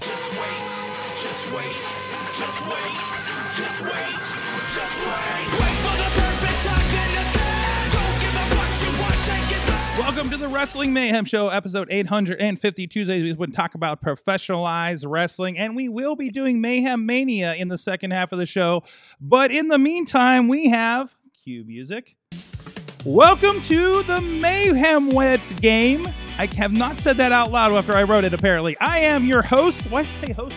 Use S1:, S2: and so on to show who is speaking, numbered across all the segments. S1: Just wait, just wait, just wait, just wait, just wait. Wait for the perfect time, then attack. Don't give up what you want, take it back.
S2: Welcome to the Wrestling Mayhem Show, episode 850. Tuesdays, we would talk about professionalized wrestling, and we will be doing Mayhem Mania in the second half of the show. But in the meantime, we have cue music. Welcome to the Mayhem Web game. I have not said that out loud after I wrote it, apparently. I am your host. Why did I say host?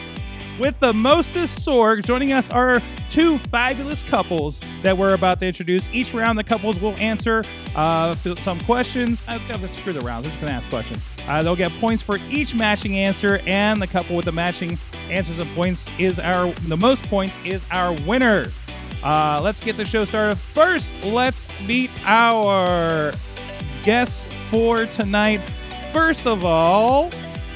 S2: With the mostest Sorg, joining us are two fabulous couples that we're about to introduce. Each round, the couples will answer uh, f- some questions. I've got to screw the rounds. I'm just going to ask questions. Uh, they'll get points for each matching answer, and the couple with the matching answers and points is our the most points is our winner. Uh, let's get the show started. First, let's meet our guests for tonight. First of all,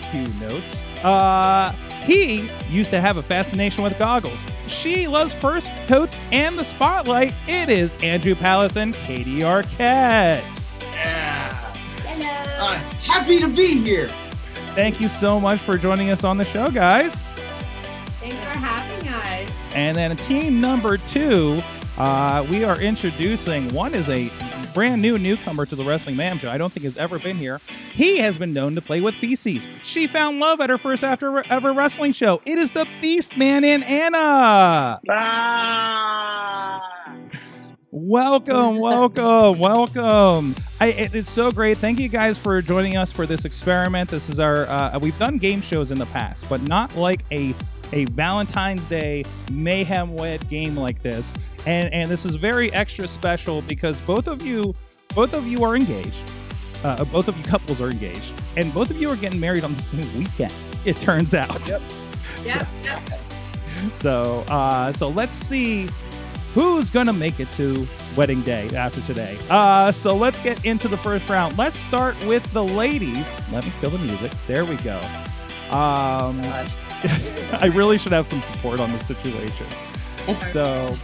S2: few notes. Uh, he used to have a fascination with goggles. She loves first coats and the spotlight. It is Andrew Palace and Katie Arquette.
S3: Uh, happy to be here.
S2: Thank you so much for joining us on the show, guys.
S4: Thanks for having us.
S2: And then team number two, uh, we are introducing one is a brand new newcomer to the Wrestling Mayhem Show. I don't think has ever been here. He has been known to play with feces. She found love at her first after ever wrestling show. It is the Beast Man in Anna. Welcome, welcome, welcome. I, it, it's so great. Thank you guys for joining us for this experiment. This is our uh, we've done game shows in the past, but not like a a Valentine's Day mayhem wed game like this. And and this is very extra special because both of you both of you are engaged. Uh, both of you couples are engaged, and both of you are getting married on the same weekend. It turns out.
S4: Yep, yep.
S2: So uh, so let's see who's gonna make it to wedding day after today. Uh, so let's get into the first round. Let's start with the ladies. Let me kill the music. There we go. Um, I really should have some support on this situation. So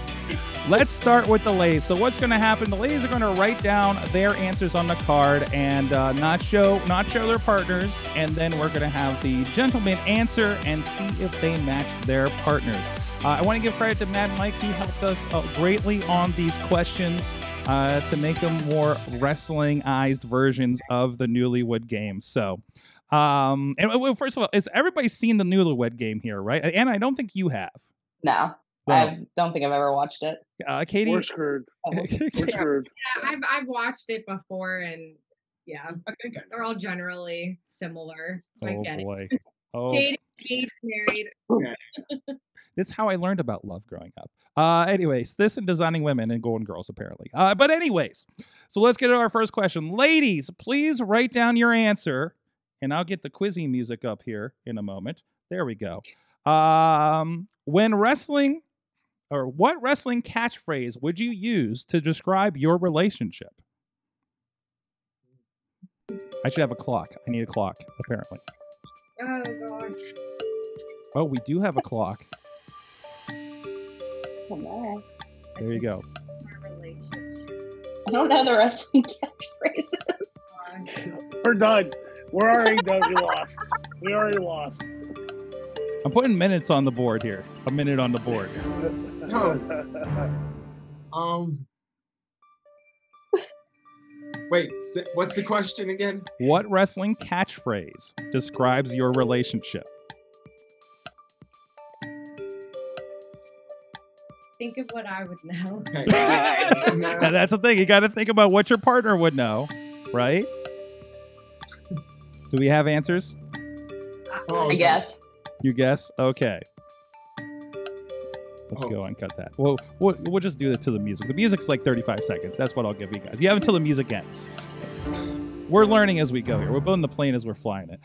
S2: let's start with the ladies. So what's going to happen? The ladies are going to write down their answers on the card and uh, not show not show their partners, and then we're going to have the gentlemen answer and see if they match their partners. Uh, I want to give credit to Mad Mike. He helped us uh, greatly on these questions uh, to make them more wrestling-ized versions of the Newlywed Game. So. Um, and well, first of all, has everybody seen the Newlywed Game here, right? And I don't think you have.
S5: No, I don't think I've ever watched it.
S2: Uh, Katie,
S6: We're screwed. We're
S4: Yeah.
S6: screwed.
S4: Yeah, I've I've watched it before, and yeah,
S6: I think I
S4: they're all generally similar. So I
S2: Oh
S4: get
S2: boy. Oh,
S4: it. Dated, engaged, married.
S2: this is how I learned about love growing up. Uh, anyways, this and designing women and golden girls apparently. Uh, but anyways, so let's get to our first question, ladies. Please write down your answer, and I'll get the quizzing music up here in a moment. There we go. Um, when wrestling, or what wrestling catchphrase would you use to describe your relationship? I should have a clock. I need a clock, apparently.
S4: Oh gosh.
S2: Oh, we do have a clock.
S5: I don't know.
S2: There you go.
S4: Our relationship.
S5: I don't know the wrestling catchphrases.
S6: did. We're done. We're already done. We lost. We already lost.
S2: I'm putting minutes on the board here. A minute on the board.
S3: Um. Wait, s- what's the question again?
S2: What wrestling catchphrase describes your relationship?
S4: Think of what I would know.
S3: Okay.
S2: Now,
S3: No,
S2: that's the thing. You got to think about what your partner would know, right? Do we have answers?
S3: oh,
S5: I guess.
S2: You guess? Okay. Let's
S3: Oh.
S2: go and cut that. Well, we'll, we'll just do it to the music. The music's like 35 seconds. That's what I'll give you guys. You have until the music ends. We're learning as we go here. We're building the plane as we're flying it.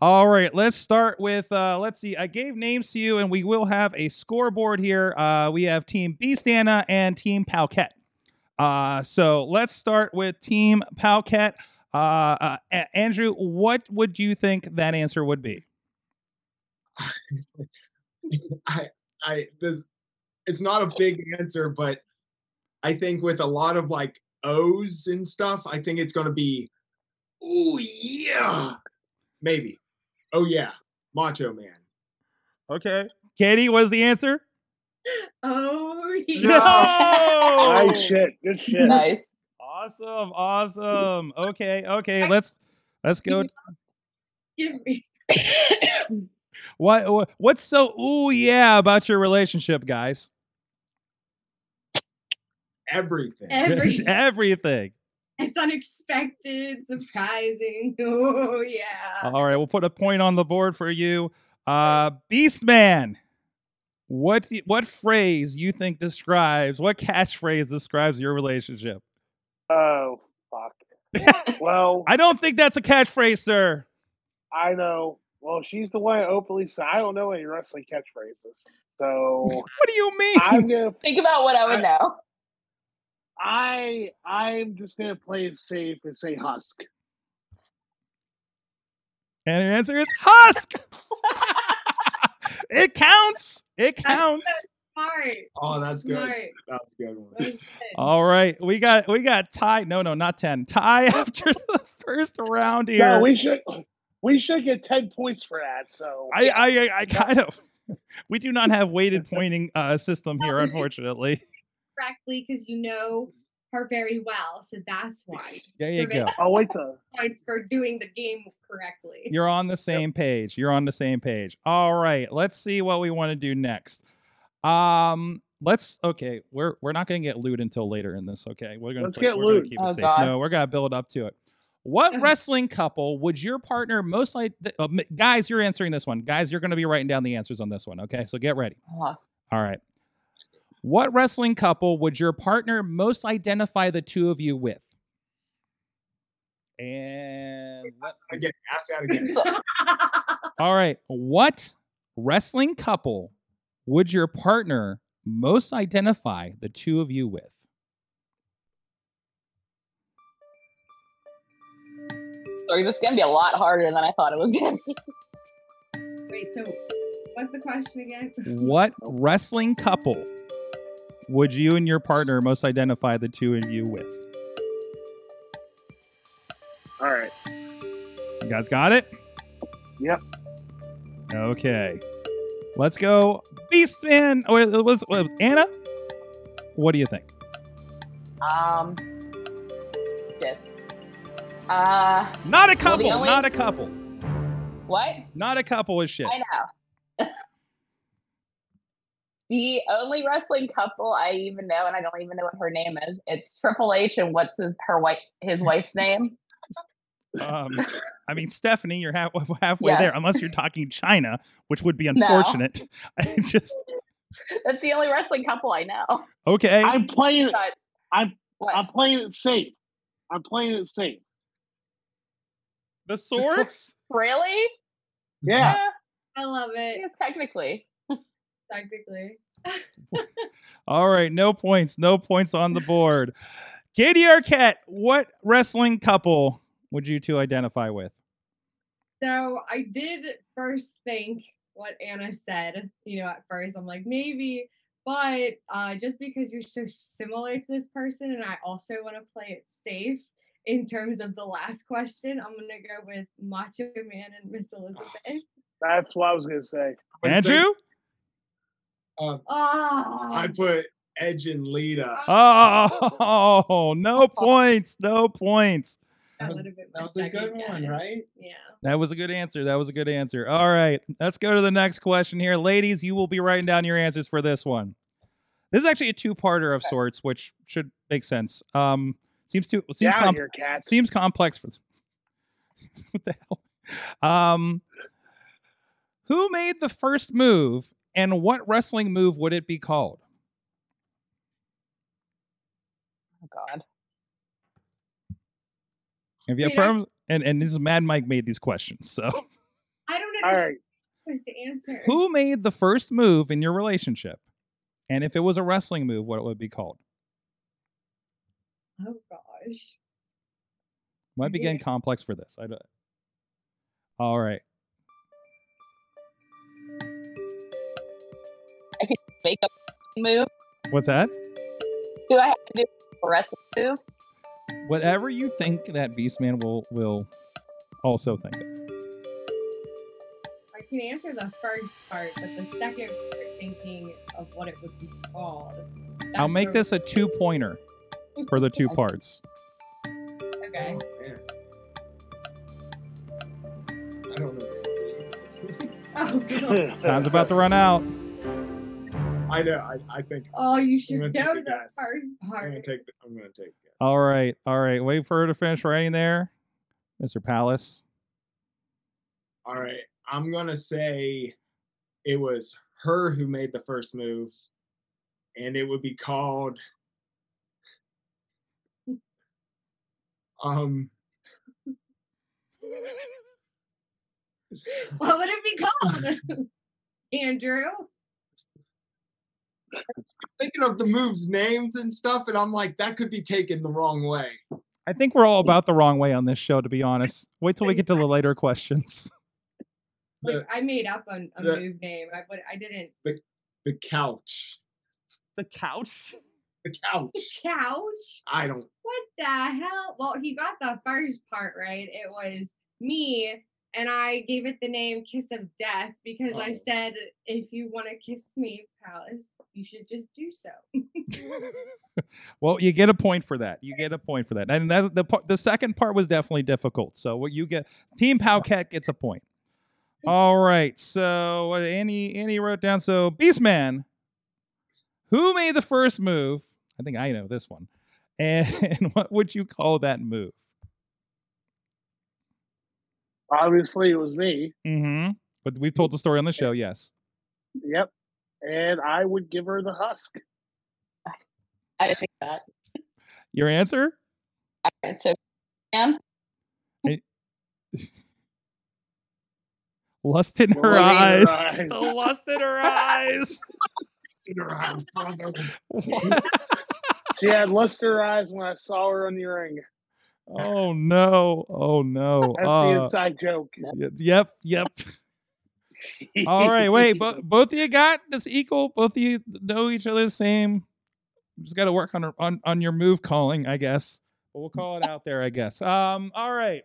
S2: All right, let's start with. Uh, let's see. I gave names to you, and we will have a scoreboard here. Uh, we have Team Beast Anna and Team Palquette. Uh, so let's start with Team Palquette. Uh, uh, A- Andrew, what would you think that answer would be?
S3: I, I, this, it's not a big answer, but I think with a lot of like O's and stuff, I think it's going to be, oh yeah, maybe. Oh yeah, Macho Man.
S2: Okay. Katie, what is the answer?
S4: Oh,
S3: No.
S6: Nice shit. Good shit.
S5: Nice.
S2: Awesome, awesome. Okay, okay. Let's let's go.
S4: give me.
S2: What wha- what's so ooh yeah about your relationship, guys?
S3: Everything.
S4: Everything.
S2: Everything.
S4: It's unexpected, surprising. Oh, yeah.
S2: All right, we'll put a point on the board for you. Uh Beastman. What do- what phrase you think describes what catchphrase describes your relationship?
S6: Oh fuck. well,
S2: I don't think that's a catchphrase, sir.
S6: I know. Well, she's the one that openly said, "I don't know any wrestling catchphrases." So
S2: What do you mean?
S6: I'm gonna,
S5: Think about what I would know.
S6: I, I'm just gonna play it safe and say Husk.
S2: And your answer is husk. it counts. It counts.
S4: Smart.
S3: Oh, that's
S4: Smart.
S3: good. That's a good one.
S4: That was good.
S2: All right, we got we got tie. No, no, not ten. Tie after the first round here.
S6: No, we should, we should get ten points for that. So
S2: I, I I- I kind of. We do not have weighted pointing uh, system here, unfortunately.
S4: Correctly, because you know her very well. So that's why.
S2: There you go.
S6: I'll wait to.
S4: Points for doing the game correctly.
S2: You're on the same page. You're on the same page. All right, let's see what we want to do next. Um, let's okay. We're we're not gonna get lewd until later in this. Okay, we're gonna
S6: Let's
S2: play-
S6: get
S2: we're gonna
S6: lewd.
S2: keep it
S5: Oh,
S2: safe.
S5: God.
S2: No, we're gonna build up to it. What wrestling couple would your partner most like? th- uh, m- guys, you're answering this one. Guys, you're gonna be writing down the answers on this one. Okay, so get ready.
S5: Huh.
S2: All right. What wrestling couple would your partner most identify the two of you with? And what-
S3: Again, ask that again.
S2: all right, what wrestling couple would your partner most identify the two of you with?
S5: Sorry, this is gonna be a lot harder than I thought it was gonna be.
S4: Wait, so what's the question again?
S2: What wrestling couple would you and your partner most identify the two of you with?
S6: All right.
S2: You guys got it?
S6: Yep.
S2: Okay. Let's go. Beastman. Or it was, was Anna? What do you think?
S5: Um, shit. Uh, Well,
S2: Not a
S5: the
S2: couple.
S5: only-
S2: Not a couple.
S5: what?
S2: Not a couple is shit.
S5: I know. the only wrestling couple I even know, and I don't even know what her name is. It's Triple H and what's his her wife his wife's name?
S2: Um, I mean, Stephanie, you're half, halfway there,
S5: Yes.
S2: unless you're talking China, which would be
S5: No.
S2: unfortunate. I just
S5: That's the only wrestling couple I know.
S2: okay.
S6: I'm playing.
S5: But
S6: I'm-
S5: what?
S6: I'm playing it safe. I'm playing it safe.
S2: the swords.
S5: really?
S6: Yeah.
S4: I love
S5: I
S4: it.
S5: guess technically.
S4: Technically.
S2: All right, no points. No points on the board. Katie Arquette, what wrestling couple would you two identify with?
S4: So I did first think what Anna said, you know, at first I'm like, maybe, but uh, just because you're so similar to this person and I also want to play it safe in terms of the last question, I'm going to go with Macho Man and Miss Elizabeth.
S6: That's what I was gonna say.
S3: Was
S2: Andrew?
S4: Oh,
S3: I put Edge and Lita.
S2: Oh, no points. No points.
S4: that would have been my
S3: that was a
S4: second
S3: good one,
S4: guess.
S3: right?
S4: Yeah.
S2: That was a good answer. That was a good answer. All right, let's go to the next question here. Ladies, you will be writing down your answers for this one. This is actually a two-parter of sorts, which should make sense. Um, seems to seems
S6: Down
S2: com-
S6: here, cat.
S2: seems complex for what the hell? Um, who made the first move, and what wrestling move would it be called?
S5: Oh God.
S2: If you have
S4: Wait, I-
S2: firm, and and this is Mad Mike made these questions, so
S4: I don't
S6: All
S4: understand
S6: right.
S4: what I'm supposed to answer.
S2: Oh. who made the first move in your relationship, and if it was a wrestling move, what it would be called?
S4: Oh, gosh.
S2: Might be getting complex for this. I don't. All right.
S5: Make up move.
S2: What's that?
S5: Do I have to do a wrestling move?
S2: Whatever you think that Beastman will will also think of.
S4: I can answer the first part, but the second part, thinking of what it would be called.
S2: I'll
S4: that's
S2: make
S4: where-
S2: this a two pointer for the two parts.
S4: Okay.
S3: man. I don't know.
S4: Oh, God.
S2: Time's about to run out.
S3: I know. I, I think
S4: oh you
S3: gonna
S4: should
S3: take
S4: know
S3: a
S4: the
S3: guess.
S4: first
S3: I'm gonna
S4: part.
S3: take. the- I'm gonna take. it.
S2: All right. All right. Wait for her to finish writing there, Mr. Palace.
S3: All right. I'm gonna say it was her who made the first move, and it would be called. Um,
S4: What would it be called? Andrew?
S3: thinking of the moves, names, and stuff, and I'm like, that could be taken the wrong way.
S2: I think we're all about the wrong way on this show, to be honest. Wait till we get to the later questions.
S4: Like,
S3: The,
S4: I made up a, a
S3: the-
S4: move name. I, would, I didn't.
S3: the couch.
S2: The couch.
S3: The couch.
S4: Couch?
S3: I don't.
S4: What the hell? Well, he got the first part right. It was me, and I gave it the name Kiss of Death because I
S3: Oh.
S4: said, if you want to kiss me, Palace, you should just do so.
S2: Well, you get a point for that. You get a point for that. And that's the part, the second part was definitely difficult. So what you get, Team Powcat gets a point. All right. So uh, Annie Annie wrote down. So Beastman, who made the first move? I think I know this one. And what would you call that move?
S6: Obviously, it was me.
S2: Mm-hmm. But we've told the story on the show. Yes.
S6: Yep. And I would give her the husk.
S5: I didn't think that.
S2: Your answer?
S5: All right, so, Sam,
S2: Lust in her
S6: Lust in
S2: eyes.
S6: eyes.
S2: The lust in her eyes.
S3: Cinderized, brother.
S2: What?
S6: She had luster eyes when I saw her on the ring.
S2: Oh no. Oh no.
S6: That's
S2: Uh,
S6: the inside joke.
S2: Y- Yep, yep. All right, wait. Bo- both of you got this equal. Both of you know each other the same. Just got to work on, on on your move calling, I guess. But we'll call it out there, I guess. Um. All right.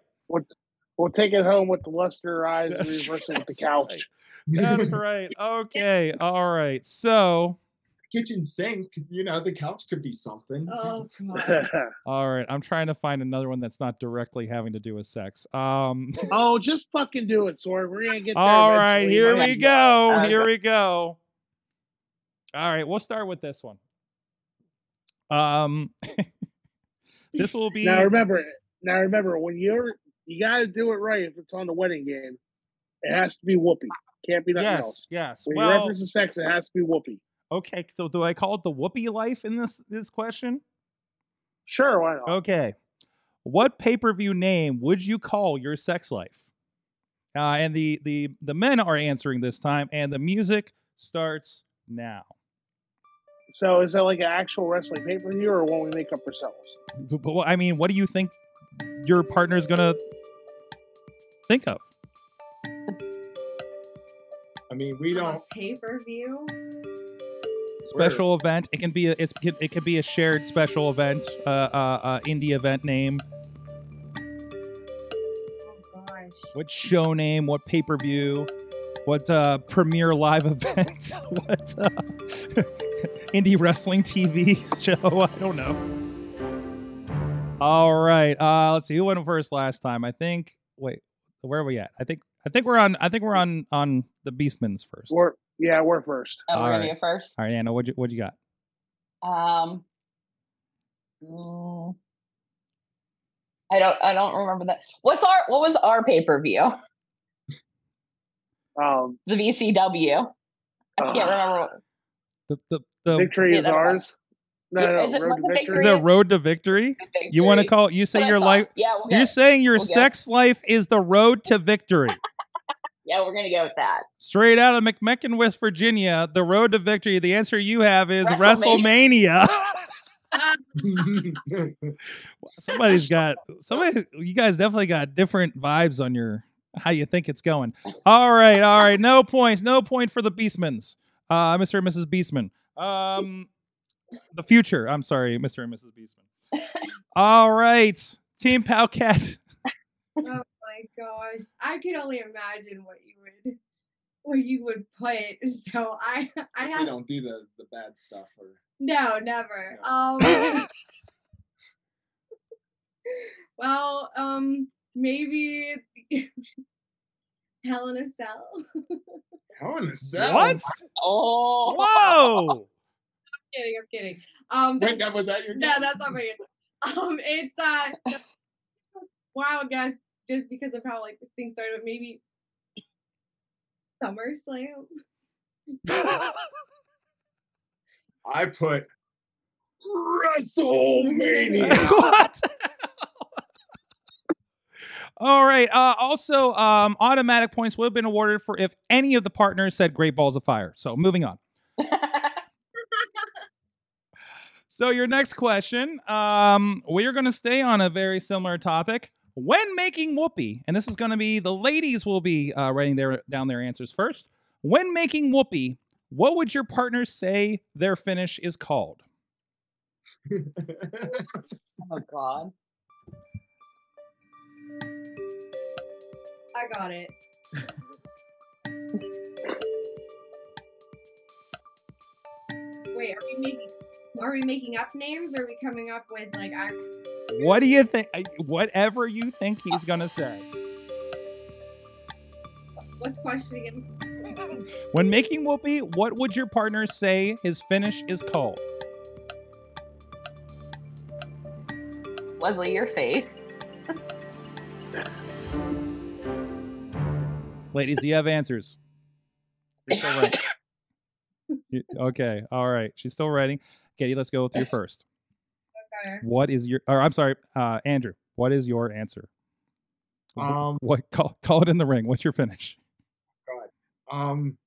S6: We'll take it home with the luster eyes and
S2: That's-
S6: reverse it with the
S2: that's right.
S6: couch.
S2: That's right. Oh. Okay. All right. So,
S3: Kitchen sink. You know, the couch could be something.
S4: Oh, God.
S2: all right. I'm trying to find another one that's not directly having to do with sex. Um.
S6: oh, just fucking do it, Sword. We're gonna get there.
S2: All right,
S6: eventually.
S2: here
S6: My
S2: we
S6: God.
S2: go.
S5: Uh,
S2: here we go. All right, we'll start with this one. Um, this will be
S6: Now remember, now remember, when you're you gotta do it right if it's on the wedding game. It has to be whoopee. Can't be nothing
S2: yes,
S6: else.
S2: yes.
S6: When you
S2: Well,
S6: reference to sex, it has to be whoopee.
S2: okay. So, do I call it the whoopee life in this this question?
S6: Sure, why not?
S2: Okay. What pay per view name would you call your sex life? Uh, and the the the men are answering this time, and the music starts now.
S6: So is that like an actual wrestling pay per view or one we make up ourselves?
S2: But, but, I mean, what do you think your partner's gonna think of?
S3: I mean, we don't.
S4: Pay per view?
S2: special event. It can be a it's, it could be a shared special event, uh, uh, uh, indie event name.
S4: Oh, gosh.
S2: What show name? What pay per view? What uh, premiere live event? what uh, indie wrestling TV show? I don't know. All right, uh, let's see who went first last time. I think. Wait, where are we at? I think I think we're on. I think we're on on the Beastmans first.
S6: We're yeah, we're first.
S5: oh, we're gonna
S2: Alright.
S5: do first.
S2: All right, Anna, what you what you got?
S5: Um, mm, I don't. I don't remember that. What's our? What was our pay per view?
S6: Um,
S5: The VCW. I can't
S6: uh,
S5: remember. What,
S2: The the the.
S6: Victory
S5: Yeah,
S6: is
S5: that was-
S6: ours. No,
S5: Yeah,
S6: no,
S5: is it-
S6: road
S5: was
S6: to
S5: it
S6: victory.
S2: is it road to victory? You want to
S5: Victory.
S2: call? You say
S5: That's
S2: your
S5: all.
S2: life.
S5: Yeah, we'll go.
S2: You're saying your
S5: We'll get it.
S2: sex life is the road to victory.
S5: yeah, we're gonna go with that.
S2: Straight out of McMicken, West Virginia, the road to victory. The answer you have is
S5: WrestleMania.
S2: WrestleMania. Somebody's got somebody. You guys definitely got different vibes on your how you think it's going. All right, all right. No points. No point for the Beastmans. Uh, Mr. and Mrs. Beastman. Um, the future. I'm sorry, Mr. and Mrs. Beastman. All right, Team Palcat.
S4: Oh my gosh. I can only imagine what you would what you would put. So I I
S3: we
S4: have
S3: don't do the, the bad stuff. Or
S4: no, never.
S3: No.
S4: Um Well, um maybe Helen Estelle.
S3: Hell in a cell.
S2: What?
S5: Oh,
S2: Whoa!
S4: kidding, I'm kidding. Um
S3: Wait, that was that your
S4: No, that's not very good. Um, it's uh, so- wild guess just because of how like this thing started. But maybe SummerSlam.
S3: I put WrestleMania.
S2: what? All right. Uh, also, um, automatic points would have been awarded for if any of the partners said "Great Balls of Fire." So, moving on. So your next question, um, we are going to stay on a very similar topic. When making whoopee, and this is going to be the ladies will be uh, writing their down their answers first. When making whoopee, what would your partner say their finish is called?
S5: oh God.
S4: I got it. Wait, are we making are we making up names? Or are we coming up with like I
S2: What do you think? Whatever you think he's going to say.
S4: what's question again?
S2: When making whoopee, what would your partner say his finish is called?
S5: Leslie, your face.
S2: Ladies, do you have answers? You're still writing. You- okay, all right. She's still writing. Katie, let's go with your first.
S4: Okay.
S2: What is your? Or I'm sorry, uh, Andrew. What is your answer?
S3: um,
S2: What call, call it in the ring? What's your finish?
S3: um,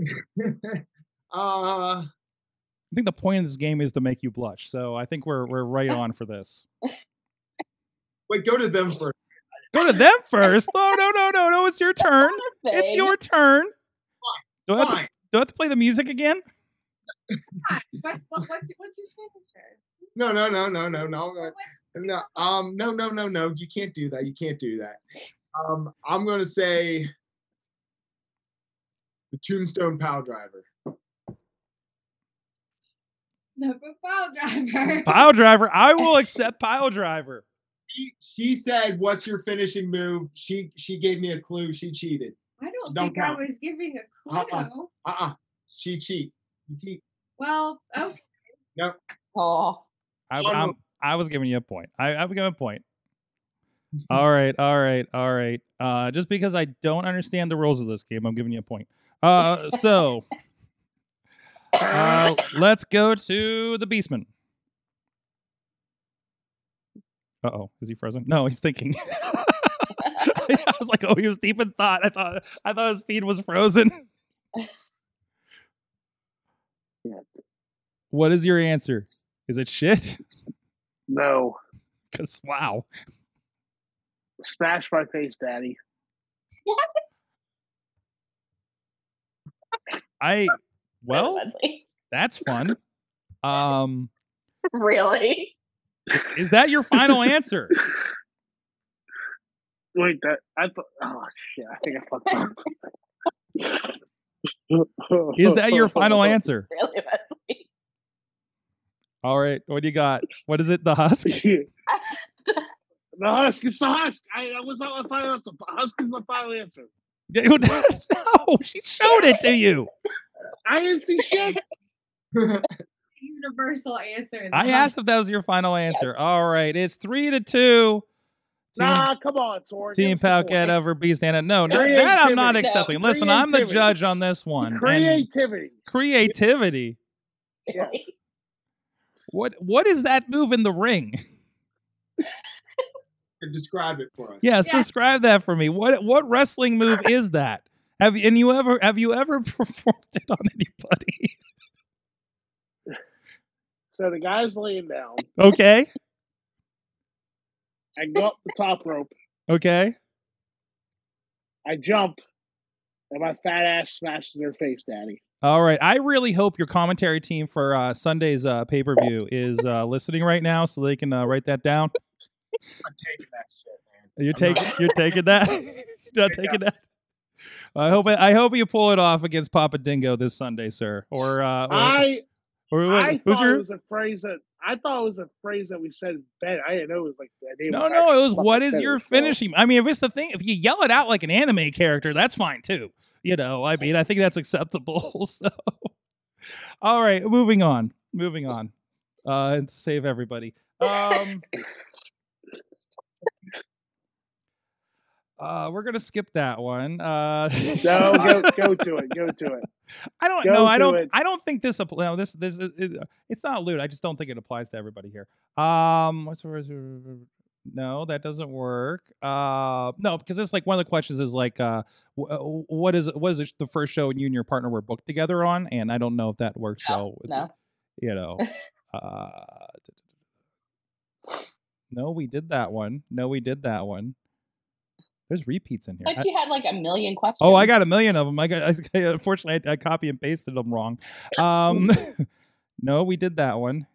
S3: uh,
S2: I think the point of this game is to make you blush. So I think we're we're right on for this.
S3: wait, go to them first.
S2: Go to them first. No, no, no, no, no. It's your turn. It's
S5: Thing.
S2: your turn. Do I have to,
S3: Fine.
S2: do I have to play the music again?
S4: Hi, What, what, what's what's your finisher?
S3: No, no, no, no, no, no,
S4: What's
S3: no. Um, no, no, no, no. You can't do that. You can't do that. Um, I'm gonna say the Tombstone Power Driver.
S4: the profile driver?
S2: Pile driver. I will accept pile driver.
S3: She, she said, "What's your finishing move?" She she gave me a clue. She cheated.
S4: I don't,
S3: Don't
S4: think
S3: count.
S4: I was giving a clue.
S3: Uh-uh. Uh-uh. She cheat. You cheat.
S4: Well, uh, okay.
S5: Oh,
S2: I,
S3: One
S2: I'm,
S3: more.
S2: I was giving you a point. I, I was giving a point. all right, all right, all right. Uh, just because I don't understand the rules of this game, I'm giving you a point. Uh, so uh, let's go to the Beastman. Uh oh, is he frozen? No, he's thinking. I was like, oh, he was deep in thought. I thought, I thought his feed was frozen. What is your answer? Is it shit?
S6: No,
S2: Because wow.
S6: smash my face, Daddy.
S2: I well,
S5: Leslie.
S2: that's fun. Um,
S5: really?
S2: is that your final answer?
S6: Wait, that I th- oh shit, I think I fucked up.
S2: Is that your final answer?
S5: Really, Leslie?
S2: All right, what do you got? What is it? The husk?
S6: the husk. It's the husk. I, that was not my final answer. The husk is my final answer.
S2: no, she showed it to you.
S6: I didn't see shit.
S4: universal answer. in
S2: I
S4: the
S2: asked if that was your final answer. All right, it's three to two. Team,
S6: nah, come on, Tor. give
S2: team
S6: us the point.
S2: Palcat over Beast Anna. No, no, that I'm not
S6: Creativity.
S5: No,
S2: accepting. Listen, I'm the
S6: creativity.
S2: judge on this one. and
S6: Creativity.
S2: creativity.
S6: Yeah.
S2: What what is that move in the ring?
S3: Describe it for us.
S2: Yes,
S4: Yeah.
S2: describe that for me. What what wrestling move is that? Have you and you ever have you ever performed it on anybody?
S6: So the guy's laying down.
S2: Okay.
S6: I go up the top rope.
S2: Okay.
S6: I jump, and my fat ass smashes her face, Daddy.
S2: All right. I really hope your commentary team for uh, Sunday's uh, pay per view is uh, listening right now, so they can uh, write that down.
S3: I'm taking that shit, man.
S2: You're
S3: I'm not-
S2: taking you're taking that. you're not taking that. I hope I hope you pull it off against Papa Dingo this Sunday, sir. Or uh, or,
S6: I
S2: or wait,
S6: I
S2: who's
S6: thought it
S2: your?
S6: was a phrase that I thought it was a phrase that we said in bed. I didn't know it was like that. name
S2: No,
S6: of
S2: no, it was
S6: fucking
S2: what is
S6: said it
S2: your
S6: before.
S2: finishing? I mean, if it's the thing, if you yell it out like an anime character, that's fine too. You know, I mean, I think that's acceptable. So, all right, moving on, moving on, uh, and to save everybody. Um, uh, we're gonna skip that one. Uh,
S6: No, go go to it. Go to it.
S2: I don't
S6: Go
S2: know. I
S6: to
S2: don't.
S6: it.
S2: I don't think this. appl- No, this. This. uh, It, it- it's not lewd. I just don't think it applies to everybody here. Um. What's the word? No, that doesn't work. Uh. No, because it's like one of the questions is like, uh, wh- uh, what is what is the first show you and your partner were booked together on? And I don't know if that works well. with
S5: No.
S2: You know. uh. d- d- No, we did that one. No, we did that one. There's repeats in here. I-
S5: But you had like a million questions.
S2: Oh, I got a million of them. I got. I, unfortunately, I, I copy and pasted them wrong. Um, no, we did that one.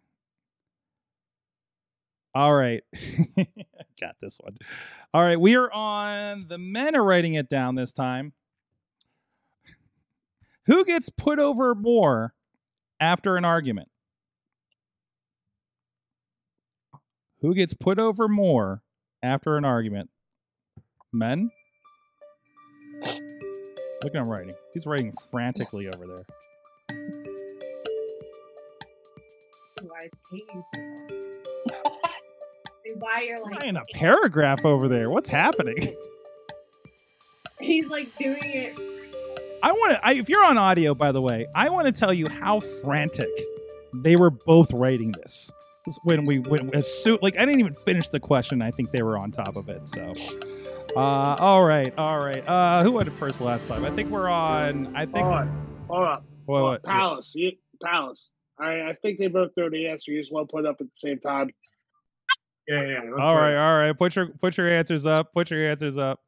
S2: All right, got this one. All right, we are on. The men are writing it down this time. Who gets put over more after an argument? Who gets put over more after an argument? Men? Look at him writing. He's writing frantically over there.
S4: why it's taking you so long. and why you're like
S2: Writing a paragraph over there. What's happening?
S4: he's like doing it.
S2: I want to. I, if you're on audio, by the way, I want to tell you how frantic they were both writing this. This- When we when as soon like I didn't even finish the question. I think they were on top of it. So, uh, all right, all right. Uh, who went first last time? I think we're on. I think.
S6: Hold on. Hold on.
S2: Wait, wait, yeah.
S6: Palace. You, Palace. All right. I think they both know the answer. You just want to put it up at the same time.
S3: Yeah, yeah. let's
S2: all
S3: go.
S2: right, all right. Put your put your answers up. Put your answers up.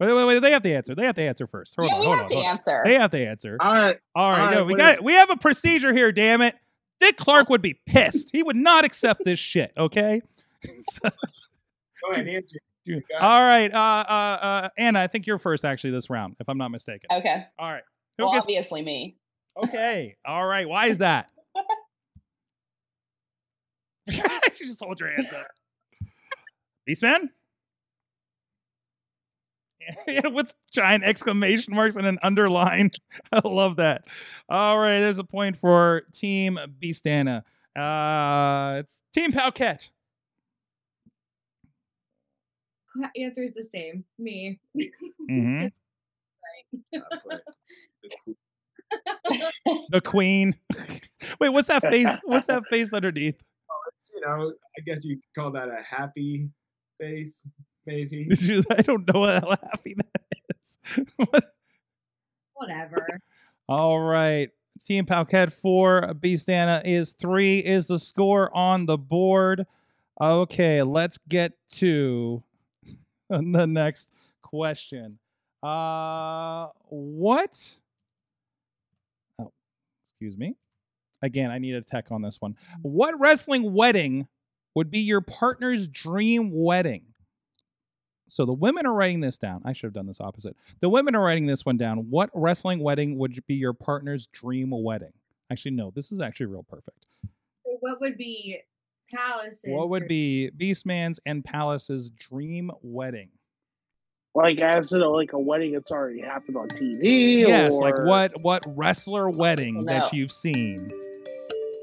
S2: Wait, wait, wait. They have the answer. They have the answer first. Hold
S5: yeah,
S2: on,
S5: we
S2: hold
S5: have
S2: on,
S5: the
S2: hold on.
S5: answer.
S2: They have the answer.
S6: All right.
S2: All right,
S6: All right,
S2: no, we
S6: what
S2: got
S6: is
S2: it. We have a procedure here, damn it. Dick Clark would be pissed. He would not accept this shit, okay? So,
S3: Go ahead, answer.
S2: dude,
S3: got it.
S2: all right, uh, uh, uh, Anna, I think you're first actually this round, if I'm not mistaken.
S5: Okay.
S2: All right. Who
S5: Well,
S2: gets-
S5: obviously me.
S2: okay. All right. Why is that? you just hold your hands up. Beastman? Yeah, with giant exclamation marks and an underline. I love that. All right, there's a point for Team Beastana. Uh, it's Team Palquette.
S4: "My Answer's the same. Me.
S2: Mhm.
S3: Uh, but the cool-
S2: The Queen. Wait, what's that face? What's that face underneath?
S3: it's, you know, I guess you could call that a happy face, maybe.
S2: I don't know how happy that is. What-
S4: Whatever.
S2: All right. Team Palquette four, Beast Anna is three, is the score on the board. Okay, let's get to the next question. Uh, what? Oh, excuse me. Again, I need a tech on this one. What wrestling wedding would be your partner's dream wedding? So the women are writing this down. I should have done this opposite. The women are writing this one down. What wrestling wedding would be your partner's dream wedding? Actually, no, this is actually real perfect.
S4: So what would be palaces?
S2: What would
S4: or-
S2: be Beastman's and Palace's dream wedding?
S6: Like as in a, like a wedding that's already happened on TV.
S2: Yes,
S6: or...
S2: like what what wrestler wedding that
S5: No.
S2: you've seen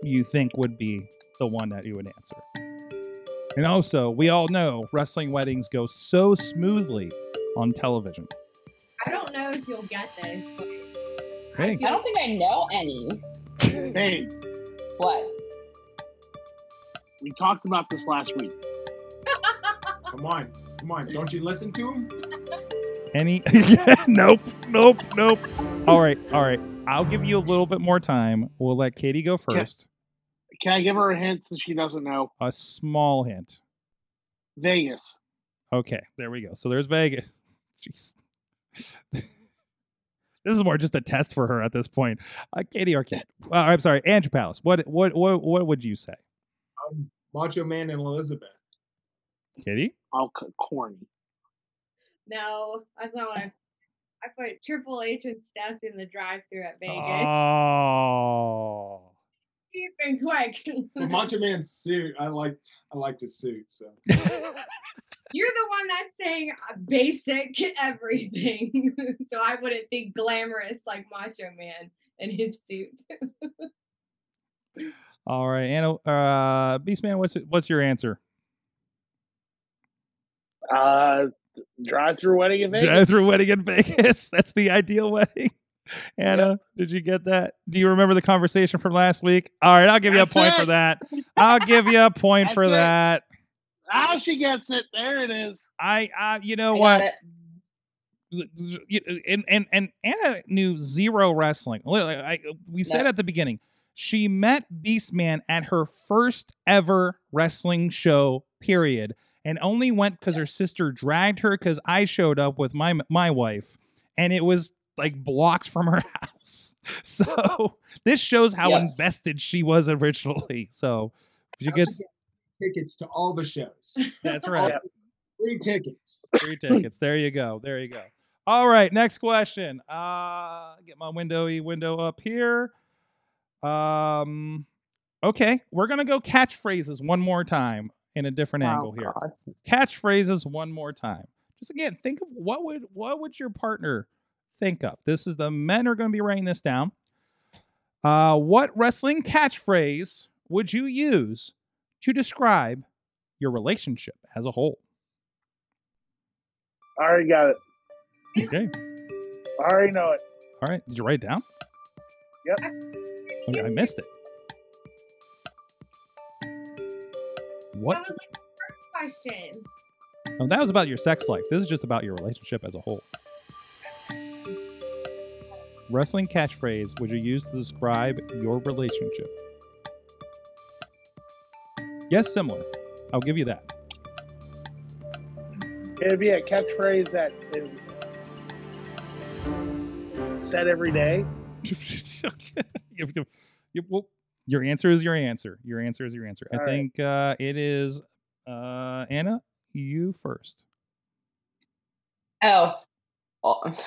S2: you think would be the one that you would answer. And also, we all know wrestling weddings go so smoothly on television.
S4: I don't know if you'll get this. But
S2: Hey,
S5: I don't think I know any.
S6: Hey,
S5: What?
S6: we talked about this last week.
S3: Come on, come on. Don't you listen to him?
S2: Any? Yeah, nope, nope, nope. All right, all right. I'll give you a little bit more time. We'll let Katie go first.
S6: Can I give her a hint since she doesn't know?
S2: A small hint.
S6: Vegas.
S2: Okay, there we go. So there's Vegas. Jeez. this is more just a test for her at this point. Uh, Katie Arquette. Uh, I'm sorry, Andrew Palace. What what what what would you say?
S3: Macho Man and Elizabeth.
S2: Katie?
S6: Oh, c- corny.
S4: No, that's not what I. I put Triple H and Steph in the drive-through at Vegas.
S2: Oh.
S4: Keep and quick.
S3: But Macho Man's suit, I liked. I liked his suit. So
S4: You're the one that's saying uh, basic everything, so I wouldn't think glamorous like Macho Man in his suit.
S2: All right, Anna uh Beastman, what's what's your answer?
S6: Uh, drive-through wedding in Vegas.
S2: Drive through wedding in Vegas. That's the ideal wedding. Anna, did you get that? Do you remember the conversation from last week? All right, I'll give you
S6: That's
S2: a point for
S6: it.
S2: that. I'll give you a point for
S6: That's it.
S2: that.
S6: How Ah, she gets it? There it is.
S2: I, I, you know
S5: I
S2: what?
S5: got it.
S2: uh, and and and Anna knew zero wrestling. Literally, I, uh, we said
S5: No.
S2: at the beginning she met Beastman at her first ever wrestling show. Period, and only went because her sister dragged her. Because I showed up with my my wife, and it was like blocks from her house. So this shows how
S5: Yeah.
S2: invested she was originally. So
S3: I
S2: she
S3: should
S2: gets
S3: get tickets to all the shows.
S2: that's right.
S3: Free tickets.
S2: Free tickets. There you go. There you go. All right. Next question. Uh, get my windowy window up here. Um, okay, we're gonna go catchphrases one more time in a different angle
S5: Oh,
S2: here.
S5: God.
S2: Catchphrases one more time. Just again, think of what would what would your partner think of. This is the men are gonna be writing this down. Uh, what wrestling catchphrase would you use to describe your relationship as a whole?
S6: I already got it.
S2: Okay.
S6: I already know it.
S2: All right. Did you write it down?
S6: Yep.
S2: Okay, I missed it.
S4: That
S2: What?
S4: was like the first question.
S2: No, that was about your sex life. This is just about your relationship as a whole. Wrestling catchphrase would you use to describe your relationship? Yes, similar. I'll give you that.
S6: It'd be a catchphrase that is said every day.
S2: You- you- you- well, your answer is your answer. Your answer is your answer. I
S6: All right.
S2: think uh, it is uh, Anna. You first.
S5: Oh. oh.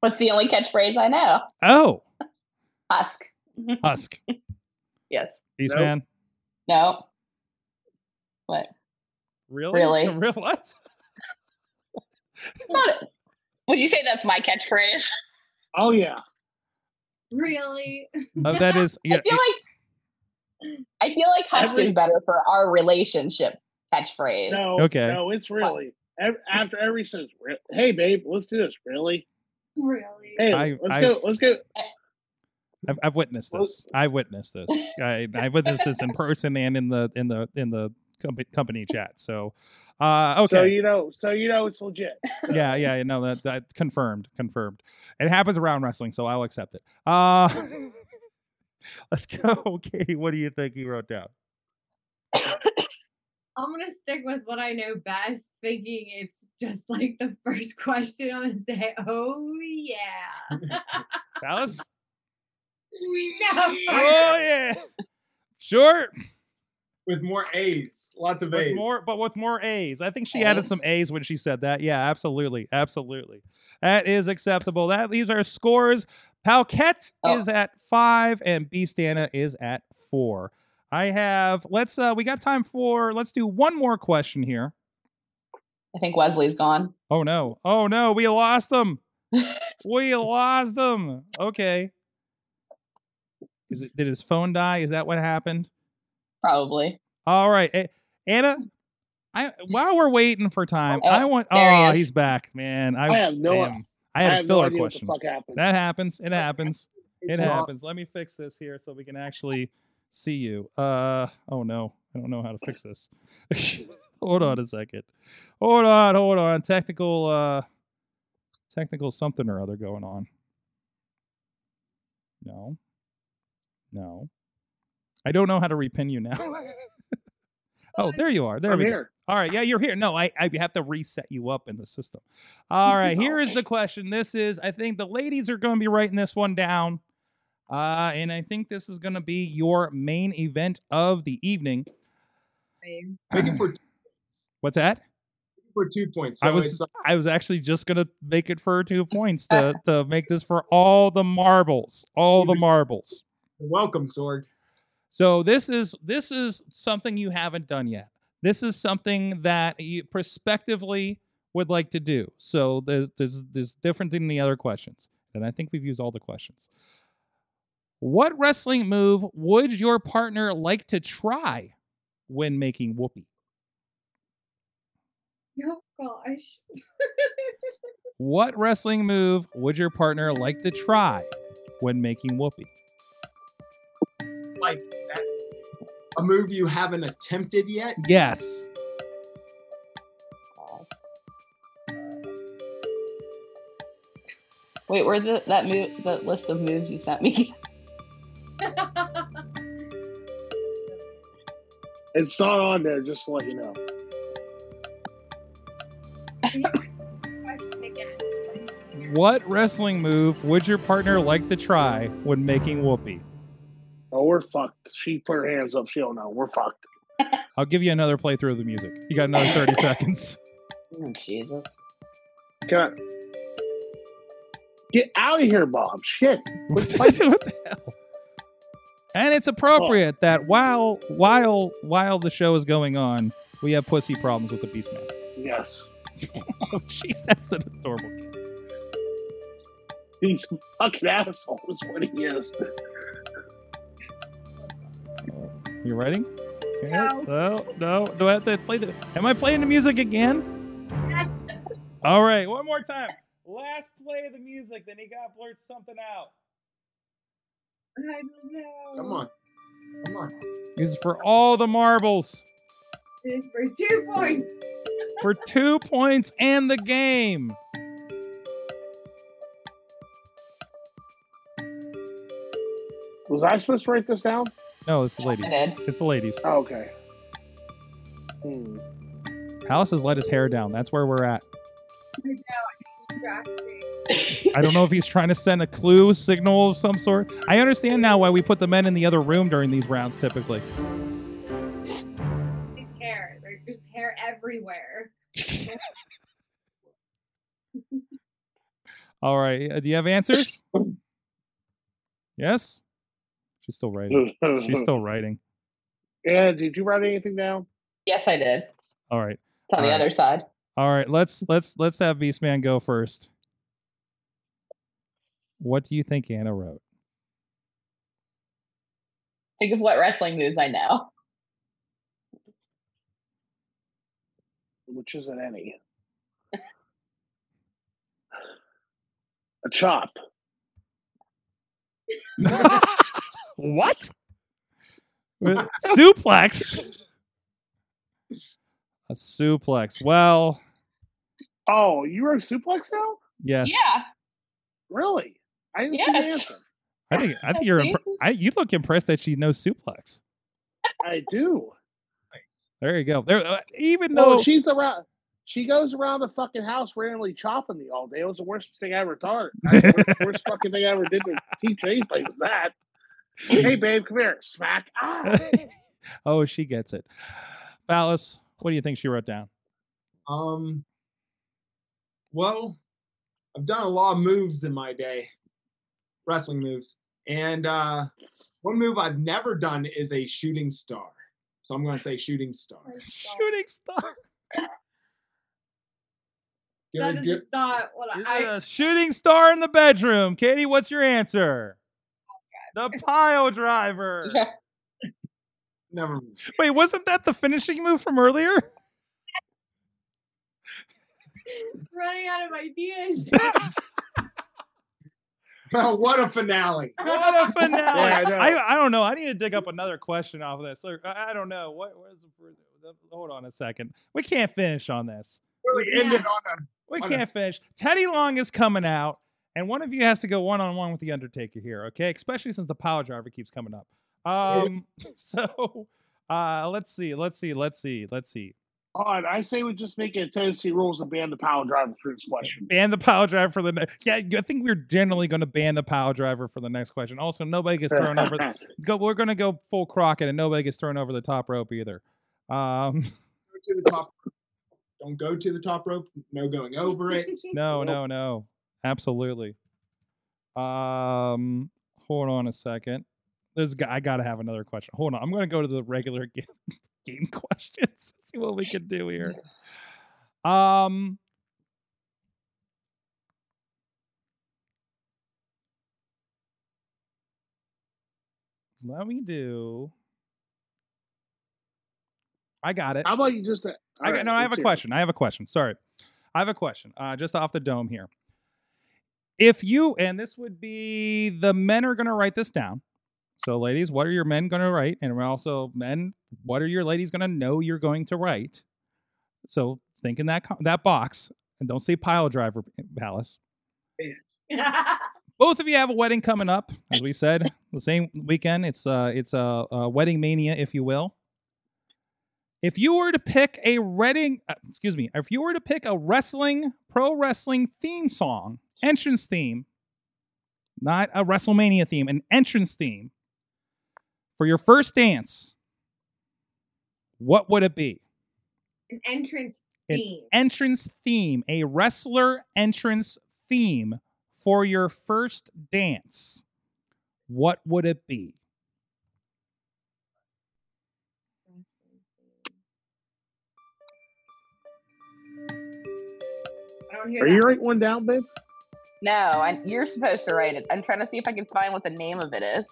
S5: What's the only catchphrase I know?
S2: Oh,
S5: Husk.
S2: Husk.
S5: Yes.
S2: Beast
S6: Nope.
S2: man.
S5: No. What?
S2: Really?
S5: Really?
S2: The real what?
S5: Not it. Would you say that's my catchphrase?
S6: Oh yeah.
S4: Really?
S2: Oh, that is yeah.
S5: I feel like I feel like Husk
S6: Every-
S5: is better for our relationship catchphrase.
S6: No.
S2: Okay.
S6: No, it's really ev- after every says. Re- hey, babe, let's do this. Really?
S4: Really?
S6: Hey,
S2: I-
S6: let's
S2: I-
S6: go. Let's go.
S2: I've, I've witnessed this. I've witnessed this. I, I've witnessed this in person and in the in the in the company company chat. So, uh,
S6: So
S2: okay,
S6: you know. So you know it's legit.
S2: yeah, yeah, yeah, no, that that confirmed, confirmed. It happens around wrestling, so I'll accept it. Uh, let's go, Katie. What do you think you wrote down?
S4: I'm gonna stick with what I know best, thinking it's just like the first question. I'm gonna say, "Oh yeah,
S2: Dallas?
S4: no,
S2: oh
S4: fuck.
S2: yeah, sure.
S3: With more A's, lots of
S2: with
S3: A's.
S2: more, but with more A's. I think she added
S5: A's.
S2: some A's when she said that. Yeah, absolutely, absolutely. That is acceptable. That leaves our scores. Palquette
S5: Oh.
S2: is at five, and Beastana is at four. I have. Let's. uh We got time for. Let's do one more question here.
S5: I think Wesley's gone.
S2: Oh no! Oh no! We lost them. we lost them. Okay. Is it? Did his phone die? Is that what happened?
S5: Probably.
S2: All right, A- Anna.
S6: Mm.
S2: I while we're waiting for time,
S6: Uh,
S5: Oh,
S2: I want.
S5: there he
S2: Oh,
S5: is.
S2: he's back, man. I,
S6: I have no-
S2: damn. I had a
S6: have no
S2: filler
S6: idea
S2: question.
S6: What the fuck happened?
S2: That happens. It happens.
S3: It's
S2: it
S3: wrong.
S2: happens. Let me fix this here so we can actually see you. Uh oh no, I don't know how to fix this. hold on a second. Hold on, hold on. Technical, uh, technical something or other going on. No. No. I don't know how to repin you now. oh, there you are. There
S6: I'm
S2: we go.
S6: here.
S2: All right, yeah, you're here. No, I, I have to reset you up in the system. All right, here is the question. This is, I think the ladies are going to be writing this one down. Uh, and I think this is going to be your main event of the evening.
S4: Same.
S3: Make it for
S2: What's that?
S3: for two points. So
S2: I was
S3: it's like,
S2: I was actually just going to make it for two points to, to make this for all the marbles, all the marbles.
S3: welcome, Sorg.
S2: So this is this is something you haven't done yet. This is something that you prospectively would like to do. So there's there's, there's different than the other questions, and I think we've used all the questions. What wrestling move would your partner like to try when making whoopee?
S4: Oh gosh.
S2: What wrestling move would your partner like to try when making whoopee?
S3: Like that, a move you haven't attempted yet.
S2: Yes.
S5: Wait, where the that move the list of moves you sent me?
S6: It's not on there, just to let you know.
S4: Question again.
S2: What wrestling move would your partner like to try when making whoopee?
S6: Oh, we're fucked. She put her hands up. She don't know. We're fucked.
S2: I'll give you another playthrough of the music. You got another 30 seconds.
S5: Oh, Jesus.
S6: Can I... Get out of here, Bob. Shit.
S2: what the hell? And it's appropriate that while while while the show is going on, we have pussy problems with the Beast Man.
S6: Yes.
S2: Oh, jeez, that's an adorable. kid.
S6: He's a fucking asshole. Is what he is.
S2: You ready? Okay.
S4: No.
S2: No, no. Do I have to play the? Am I playing the music again?
S4: Yes.
S2: All right, one more time. Last play of the music. Then he got blurts something out.
S4: I don't know.
S3: Come on, come on.
S2: This is for all the marbles.
S4: This for two points.
S2: for two points and the game.
S6: Was I supposed to write this down?
S2: No, it's the ladies.
S5: I did.
S2: It's the ladies.
S6: Oh, okay. Hmm.
S2: Alice has let his hair down. That's where we're at.
S4: I know. It's distracting.
S2: I don't know if he's trying to send a clue signal of some sort. I understand now why we put the men in the other room during these rounds typically.
S4: His hair. There's just hair everywhere.
S2: All right. uh, do you have answers? yes? She's still writing. She's still writing.
S6: yeah, did you write anything down?
S5: Yes, I did. It's
S2: All right.
S5: on the
S2: Alright.
S5: other side.
S2: All right. Let's let's let's have Beastman go first. What do you think Anna wrote?
S5: Think of what wrestling moves I know.
S6: Which isn't any. A chop.
S4: Oh
S2: what? With- suplex. A suplex. Well,
S6: Oh, you wrote suplex now?
S2: yes.
S5: Yeah.
S6: Really? I didn't see the
S5: Yes.
S6: answer.
S2: I think I think you're. Impre- I, you look impressed that she knows suplex.
S6: I do.
S2: There you go. There, uh, even
S6: No,
S2: though
S6: she's around. She goes around the fucking house randomly chopping me all day. It was the worst thing I ever taught. her. I- worst, worst fucking thing I ever did to teach anybody was that. Hey, babe, come here. Smack. Ah.
S2: uh, oh, she gets it. Ballas, what do you think she wrote down?
S3: Um, well, I've done a lot of moves in my day, wrestling moves, and uh, one move I've never done is a shooting star. So I'm going to say shooting star.
S4: Oh, God.
S2: Shooting star.
S3: Give
S4: That
S3: it-
S4: is
S3: give-
S4: not what I.
S2: A shooting star in the bedroom. Katie, what's your answer? The pile driver.
S5: Yeah.
S3: never mind.
S2: Wait, wasn't that the finishing move from earlier?
S4: running out of ideas.
S3: Well, Oh, what a finale!
S4: Um,
S2: What a finale!
S6: Yeah, I know.
S2: I, I don't know. I need to dig up another question off of this. Look, I, I don't know. What where's the, the- hold on a second. We can't finish on this.
S3: Really ended on a
S2: We
S3: On
S2: can't
S3: us.
S2: finish. Teddy Long is coming out, and one of you has to go one on one with the Undertaker here, okay? Especially since the power driver keeps coming up. Um, so uh, let's see, let's see, let's see, let's see.
S6: On, I say we just make it a Tennessee rules and ban the power driver for this question.
S2: Ban the power driver for the next. Yeah, I think we're generally going to ban the power driver for the next question. Also, nobody gets thrown over. The, go, we're going to go full Crockett, and nobody gets thrown over the top rope either. Um,
S3: Go to the top. Don't go to the top rope. No going over it.
S2: no,
S3: Nope.
S2: no, no. Absolutely. Um, hold on a second. There's g- I gotta have another question. Hold on, I'm gonna go to the regular game, game questions. See what we can do here. Um. Let me do. I got it.
S6: How about you just? uh, I
S2: I got, no, I have a question. I have a question. Sorry. I have a question. Uh, just off the dome here. If you, and this would be the men are going to write this down. So, ladies, what are your men going to write? And we're also, men, what are your ladies going to know you're going to write? So, think in that, co- that box and don't say pile driver, Palace. Both of you have a wedding coming up, as we said, the same weekend. It's uh, it's a, uh wedding mania, if you will. If you were to pick a wedding, uh, excuse me, if you were to pick a wrestling, pro wrestling theme song, entrance theme, not a WrestleMania theme, an entrance theme for your first dance, what would it be?
S4: An entrance
S2: An
S4: theme.
S2: entrance theme, a wrestler entrance theme for your first dance, what would it be?
S4: I
S3: Oh,
S4: don't hear
S6: Are
S4: that.
S6: you writing one down, babe?
S5: No, I, you're supposed to write it. I'm trying to see if I can find what the name of it is.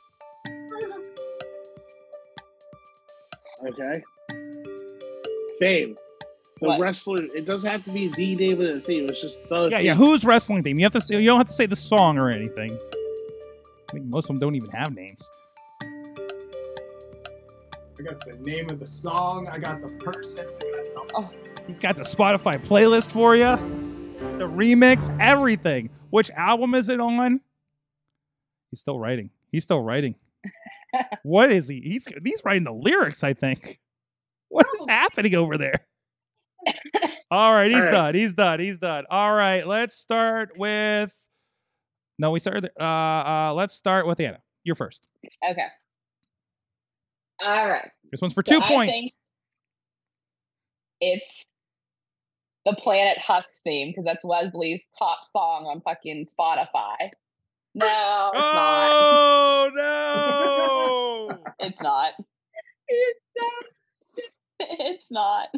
S6: Okay. Babe, the
S5: What?
S6: wrestler. It doesn't have to be the name of the theme. It's just the.
S2: Yeah, yeah. Who's wrestling theme? You have to. You don't have to say the song or anything. I think most of them don't even have names.
S3: I got the name of the song. I got the person.
S2: He's got the Spotify playlist for you, the remix, everything. Which album is it on? He's still writing. He's still writing. what is he? He's he's writing the lyrics. I think. What is happening over there? All right, he's
S6: All right.
S2: done. He's done. He's done. All right, let's start with. No, we started. Uh, uh, let's start with Anna. You're first.
S5: Okay. All right.
S2: This one's for
S5: So
S2: two
S5: I
S2: points.
S5: think It's the Planet Husk theme because that's Leslie's top song on fucking Spotify. No, it's not.
S2: Oh no!
S5: It's not.
S4: It's so-
S5: It's not.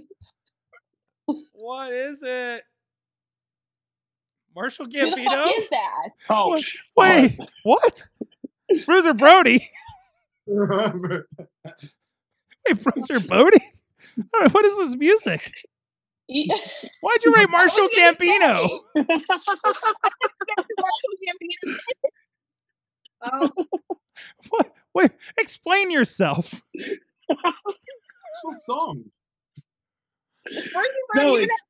S2: what is it? Marshall
S5: Who the fuck
S2: Gambino?
S5: is that?
S6: Oh,
S2: What?
S6: sh-
S2: Wait, what? Bruiser Brody? Wait, Bruiser Brody? All right, What is this music?
S5: Yeah.
S2: Why'd you write
S5: I was
S2: Marshall
S5: gonna
S2: Gambino?
S5: say. That's Marshall Gambino.
S4: oh,
S2: What? Wait, explain yourself.
S3: Actual song.
S5: Were you
S6: No,
S5: writing
S6: it's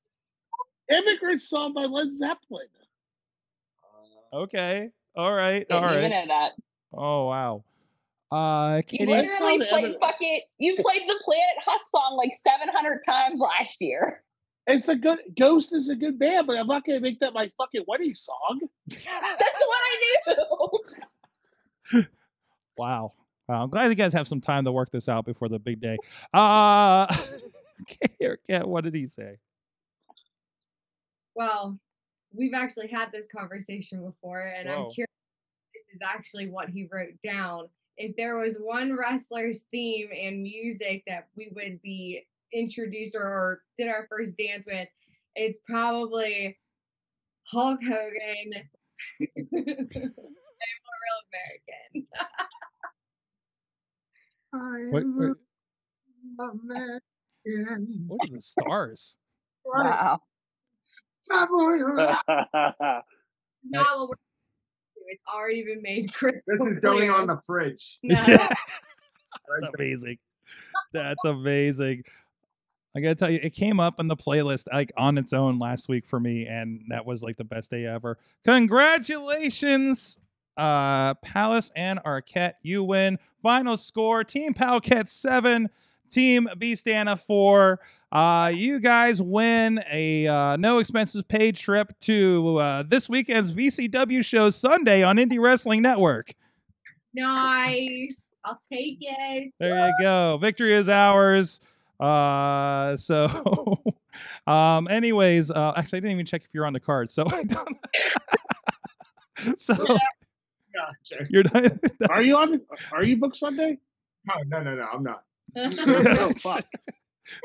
S6: Immigrant Song by Led Zeppelin.
S2: Okay. All right.
S5: Didn't
S2: All
S5: even
S2: right.
S5: know that.
S2: Oh wow. Uh,
S5: You
S2: Katie.
S6: It is
S5: literally
S6: not
S5: played
S6: ever-
S5: fucking. You played the Planet Husk song like seven hundred times last year.
S6: It's a good Ghost is a good band, but I'm not gonna make that my fucking wedding song.
S5: That's the one I knew.
S2: Wow. Wow. I'm glad you guys have some time to work this out before the big day. Uh okay, here, Kat, what did he say?
S4: well, we've actually had this conversation before, and
S2: Whoa.
S4: I'm curious. if This is actually what he wrote down. If there was one wrestler's theme and music that we would be introduced or, or did our first dance with, it's probably Hulk Hogan. I'm a real American.
S2: What, what, what are the stars?
S5: Wow.
S4: Not what we're It's already been made crystal
S3: This is going
S4: clear.
S3: on the fridge.
S4: No.
S2: That's amazing. That's amazing. I gotta tell you, it came up on the playlist like on its own last week for me, and that was like the best day ever. Congratulations uh, Palace and Arquette. You win. Final score Team Palquette 7, Team Beastana 4. Uh, you guys win a uh, no expenses paid trip to uh, this weekend's VCW show Sunday on Indie Wrestling Network.
S4: Nice. I'll take it.
S2: There you go. Victory is ours. Uh, so, um, anyways, uh, actually, I didn't even check if you're on the card, so I don't. so
S3: Gotcha.
S2: you're not.
S6: Are you on? Are you booked Sunday?
S3: No, no, no, no, I'm not.
S6: oh, fuck.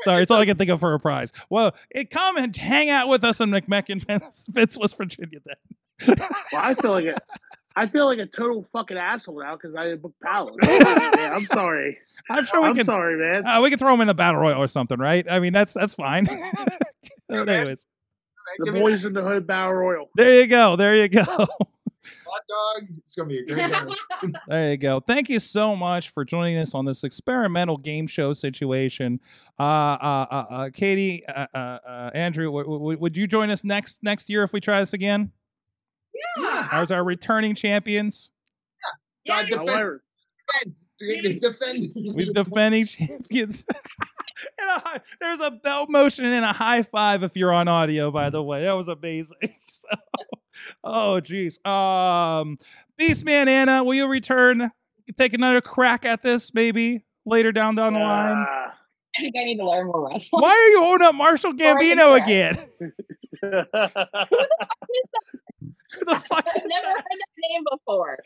S2: Sorry, it's all I can think of for a prize. Well, it, come and hang out with us in McMeckin, Spitz, West Virginia. Then.
S6: Well, I feel like a, I feel like a total fucking asshole now because I didn't book Palace. Yeah, I'm sorry.
S2: I'm sure we
S6: I'm
S2: can.
S6: sorry, man.
S2: Uh, we can throw him in the battle royal or something, right? I mean, that's that's fine. But anyways,
S6: The
S3: Give me
S6: boys in the hood battle royal.
S2: there you go. There you go.
S3: that hot dog. It's gonna be a great time.
S2: There you go. Thank you so much for joining us on this experimental game show situation. Uh, uh, uh, uh Katie, uh, uh, uh, Andrew, w- w- would you join us next next year if we try this again?
S1: Ah,
S4: Yeah.
S2: As our returning champions,
S4: Yes.
S3: God,
S6: I wonder-
S3: Defend, defend.
S2: we've defending champions. and a high, there's a bell motion and a high five if you're on audio. By the way, that was amazing. So, oh, geez. Um, Beastman Anna, will you return? Take another crack at this maybe later down down the line.
S5: I think I need to learn more wrestling.
S2: Why are you holding up Marshall
S5: Or I can
S2: Gambino
S5: cry.
S2: again?
S6: Uh,
S2: Who the fuck
S5: I've
S2: is
S5: never
S2: that?
S5: heard that name before.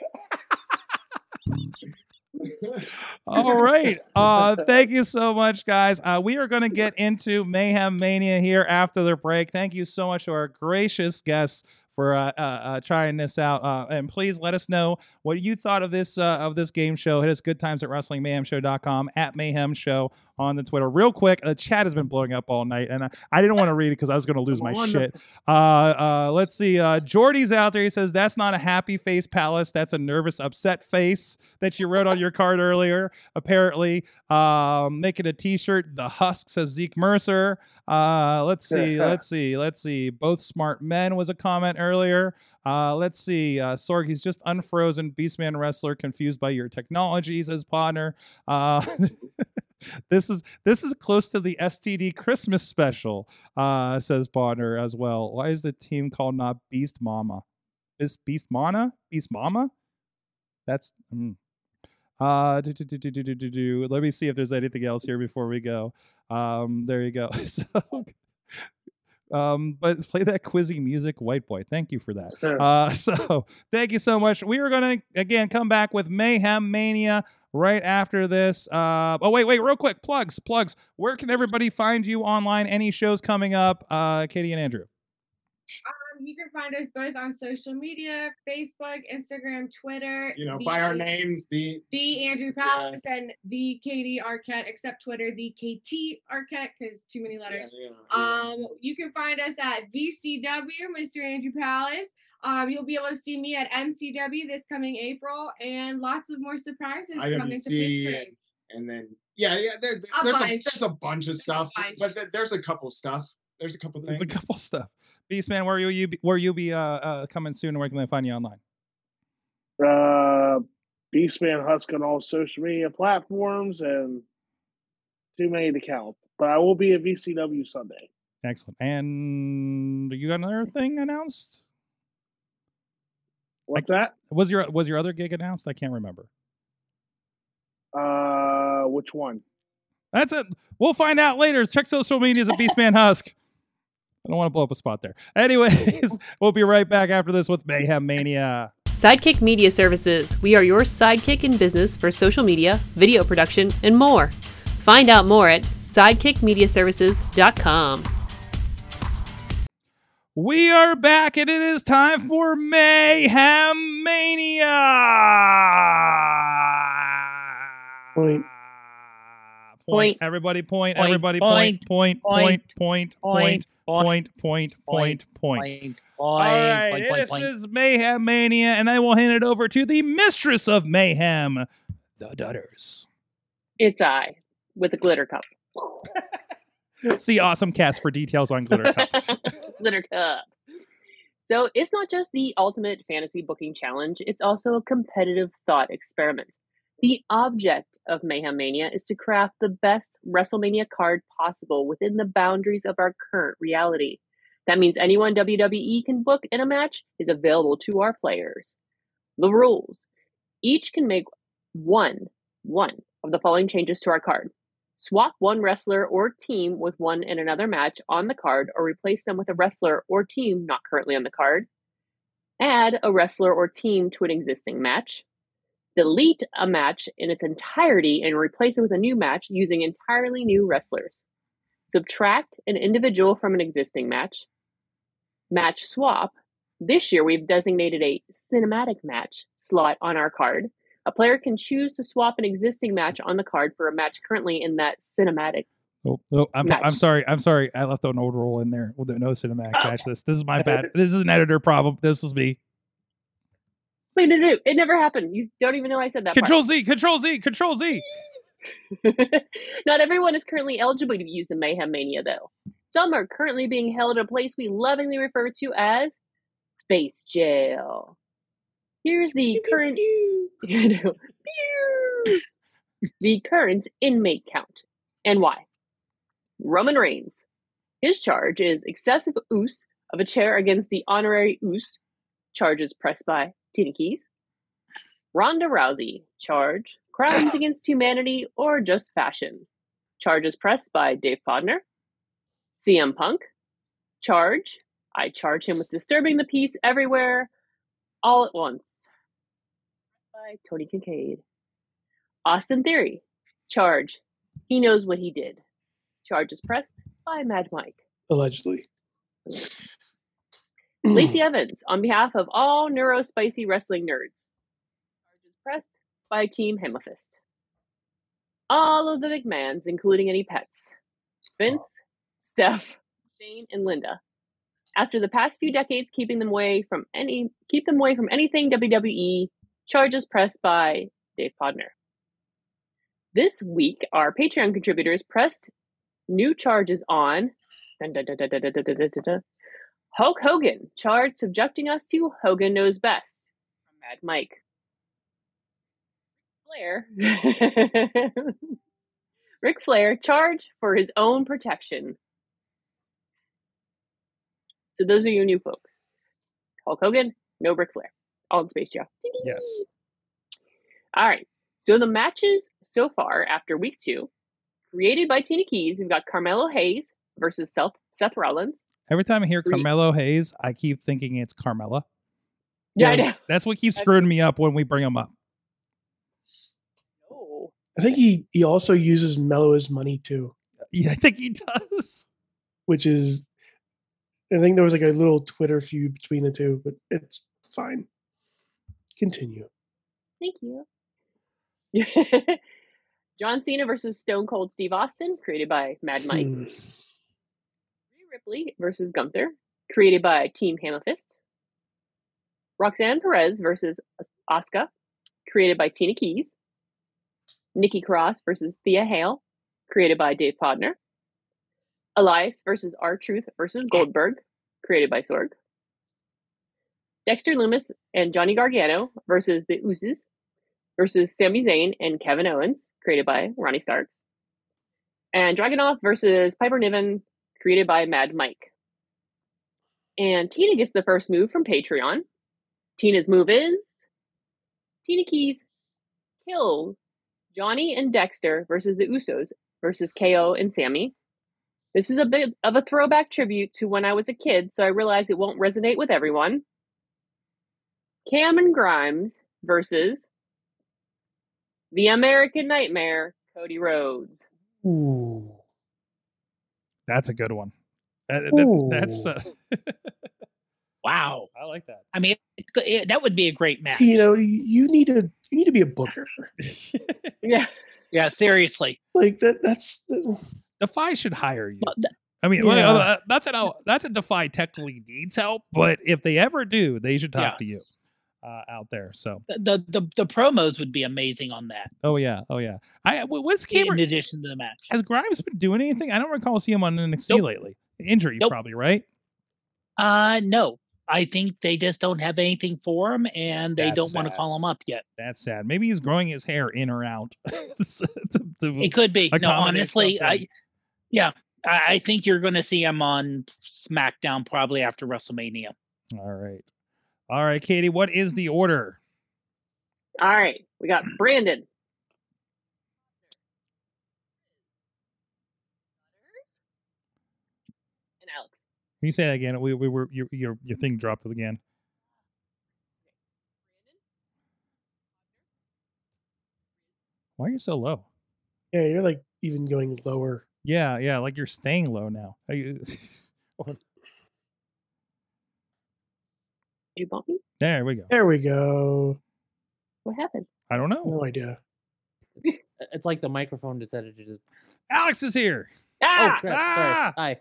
S2: All right. Uh, thank you so much, guys. Uh, we are going to get into Mayhem Mania here after the break. Thank you so much to our gracious guests for uh, uh, uh, trying this out. Uh, and please let us know what you thought of this uh, of this game show. Hit us good times at wrestlingmayhemshow.com at mayhem show on the Twitter. Real quick, the chat has been blowing up all night, and I, I didn't want to read it because I was going to lose my
S6: Wonderful.
S2: shit. Uh, uh, let's see. Uh, Jordy's out there. He says that's not a happy face, Palace. That's a nervous, upset face that you wrote on your card earlier. Apparently, um, making a T-shirt. The Husk says Zeke Mercer. Uh, let's see. let's see. Let's see. Both smart men was a comment earlier. Uh, let's see. Uh, Sorg, he's just unfrozen. Beastman wrestler confused by your technology, says Podner. Uh, this is this is close to the STD Christmas special, uh, says Podner as well. Why is the team called not Beast Mama? Is Beast Mana? Beast Mama? That's. Mm. Uh, do, do, do, do, do, do, do, do. Let me see if there's anything else here before we go. Um, there you go. so, um, but play that quizzy music, white boy. Thank you for that. Uh, so thank you so much. We are going to again come back with Mayhem Mania right after this. Uh, oh wait, wait, real quick, plugs, plugs. Where can everybody find you online? Any shows coming up? Uh, Katie and Andrew.
S4: Um, you can find us both on social media Facebook, Instagram, Twitter.
S3: you know,
S4: the-
S3: by our names, the
S4: The Andrew Palace and the Katie Arquette, except Twitter, the KT Arquette, because too many
S3: yeah,
S4: letters.
S3: yeah, yeah.
S4: Um, you can find us at VCW, Mr. Andrew Palace. Um, you'll be able to see me at MCW this coming April, and lots of more surprises coming to
S3: IWC,
S4: Pittsburgh.
S3: and then yeah, yeah. There,
S4: A
S3: there's a
S4: bunch.
S3: there's a bunch of stuff,
S4: bunch.
S3: but th- there's a couple stuff. There's a couple things.
S2: There's a couple stuff. Beastman, where you you be, where you be uh, uh, coming soon? and Where can they find you online?
S6: Uh, Beastman Husk on all social media platforms and too many to count. But I will be at VCW Sunday.
S2: Excellent. And you got another thing announced?
S6: What's that?
S2: Was your was your other gig announced? I can't remember.
S6: Uh, which one?
S2: That's it. We'll find out later. Check social medias at Beastman Husk. I don't want to blow up a spot there. Anyways, we'll be right back after this with Mayhem Mania.
S7: Sidekick Media Services. We are your sidekick in business for social media, video production, and more. Find out more at sidekickmediaservices.com.
S2: We are back and it is time for Mayhem Mania.
S6: Point.
S2: Point.
S5: Point.
S2: Everybody point.
S5: Point.
S2: Everybody point. Point. Point.
S5: Point.
S2: Point. Point. Point. Point. Point. Point.
S8: Uh,
S2: All right, this is Mayhem Mania, and I will hand it over to the mistress of mayhem, the Dutters.
S5: It's I with a glitter cup.
S2: See awesome cast for details on Glitter Cup.
S5: glitter cup.
S7: So it's not just the ultimate fantasy booking challenge, it's also a competitive thought experiment. The object of Mayhem Mania is to craft the best WrestleMania card possible within the boundaries of our current reality. That means anyone WWE can book in a match is available to our players. The rules each can make one one of the following changes to our card. Swap one wrestler or team with one in another match on the card or replace them with a wrestler or team not currently on the card. Add a wrestler or team to an existing match. Delete a match in its entirety and replace it with a new match using entirely new wrestlers. Subtract an individual from an existing match. Match swap. This year we've designated a cinematic match slot on our card. A player can choose to swap an existing match on the card for a match currently in that cinematic.
S2: Oh, oh, I'm,
S7: Match.
S2: I'm sorry. I'm sorry. I left an old roll in there. Well, there- no cinematic
S7: Oh,
S2: match. This this is my bad. This is an editor problem. This was me.
S7: Wait, no, no, it never happened. You don't even know I said that. part.
S2: Control Z. Control Z. Control Z.
S7: Not everyone is currently eligible to use the Mayhem Mania, though. Some are currently being held in a place we lovingly refer to as space jail. Here's the current. I know. Pew! the current inmate count and why. Roman Reigns. His charge is excessive use of a chair against the honorary use. Charges pressed by Tina Keys. Ronda Rousey, charge, crimes against humanity or just fashion. Charges pressed by Dave Podner. CM Punk, charge, I charge him with disturbing the peace everywhere, all at once. By Tony Kincaid. Austin Theory, charge, he knows what he did. Charge is pressed by Mad Mike.
S6: Allegedly.
S7: Lacey Evans, on behalf of all neurospicy wrestling nerds. Charges pressed by Team Hemophist. All of the McMahons, including any pets. Vince, Steph, Shane, and Linda. After the past few decades keeping them away from any keep them away from anything WWE, charges pressed by Dave Podner. This week our Patreon contributors pressed new charges on dun, dun, dun, dun, dun, dun, dun, dun, dun, dun, dun. Hulk Hogan charged subjecting us to Hogan Knows Best from Mad Mike. Flair. Ric Flair charged for his own protection. So those are your new folks. Hulk Hogan, no Ric Flair. All in Space Joe.
S2: Yes.
S7: All right. So the matches so far after week two, created by Tina Keys, we've got Carmelo Hayes versus Seth, Seth Rollins.
S2: Every time I hear
S7: Three.
S2: Carmelo Hayes, I keep thinking it's Carmella.
S7: Yeah, I
S2: And
S7: know.
S2: That's what keeps
S7: I-
S2: screwing me up when we bring him up.
S7: Oh.
S8: I think he he also uses Mello as money too,
S2: Yeah, I think he does.
S8: which is I think there was like a little Twitter feud between the two, but it's fine. Continue.
S7: Thank you. John Cena versus Stone Cold Steve Austin, created by Mad Mike.
S8: Hmm.
S7: Rhea Ripley versus Gunther, created by Team Hammerfist. Roxanne Perez versus Asuka, created by Tina Keys. Nikki Cross versus Thea Hale, created by Dave Podner. Elias versus R Truth versus Goldberg, created by Sorg. Dexter Loomis and Johnny Gargano versus the Usos versus Sami Zayn and Kevin Owens, created by Ronnie Starks. And Dragonoff versus Piper Niven, created by Mad Mike. And Tina gets the first move from Patreon. Tina's move is Tina Keys kills Johnny and Dexter versus the Usos versus KO and Sammy. This is a bit of a throwback tribute to when I was a kid, so I realize it won't resonate with everyone. Cam and Grimes versus the American Nightmare, Cody Rhodes.
S8: Ooh.
S2: That's a good one. That- that- that's
S8: Ooh.
S2: uh,
S9: Wow.
S2: I like that.
S9: I mean, it, it, that would be a great match.
S8: You know, you you need to you need to be a booker.
S7: Yeah.
S9: Yeah, seriously.
S8: Like that that's the,
S2: Defy should hire you.
S9: Well, th-
S2: I mean, like,
S8: Yeah.
S2: uh, not that I'll, not that Defy technically needs help, but if they ever do, they should talk
S9: Yeah.
S2: to you uh, out there. So,
S9: The, the the promos would be amazing on that.
S2: oh yeah, oh yeah. I wh- what's
S9: In
S2: Cameron?
S9: addition to the match,
S2: Has Grimes been doing anything? I don't recall seeing him on NXT
S9: Nope.
S2: lately. Injury,
S9: Nope.
S2: probably right.
S9: uh, no, I think they just don't have anything for him, and they
S2: That's
S9: don't want to
S2: sad.
S9: call him up yet.
S2: That's sad. Maybe he's growing his hair in or out. Mm-hmm.
S9: It could be. No, honestly, I
S2: I
S9: yeah, I, I think you're going to see him on SmackDown probably after WrestleMania.
S2: All right. All right, Katie, what is the order?
S7: All right, we got
S2: Mm.
S7: Brandon. And Alex.
S2: Can you say that again? We, we were your, your your thing dropped again. Why are you so low?
S8: Yeah, you're like even going lower.
S2: Yeah, yeah, like you're staying low now. Are you-
S7: Did you bump me?
S2: there we go.
S8: There we go.
S7: What happened?
S2: I don't know.
S8: No idea.
S10: It's like the microphone decided to just.
S2: Alex is here.
S10: Oh
S7: Ah!
S10: crap!
S2: Ah!
S10: Sorry. Hi. I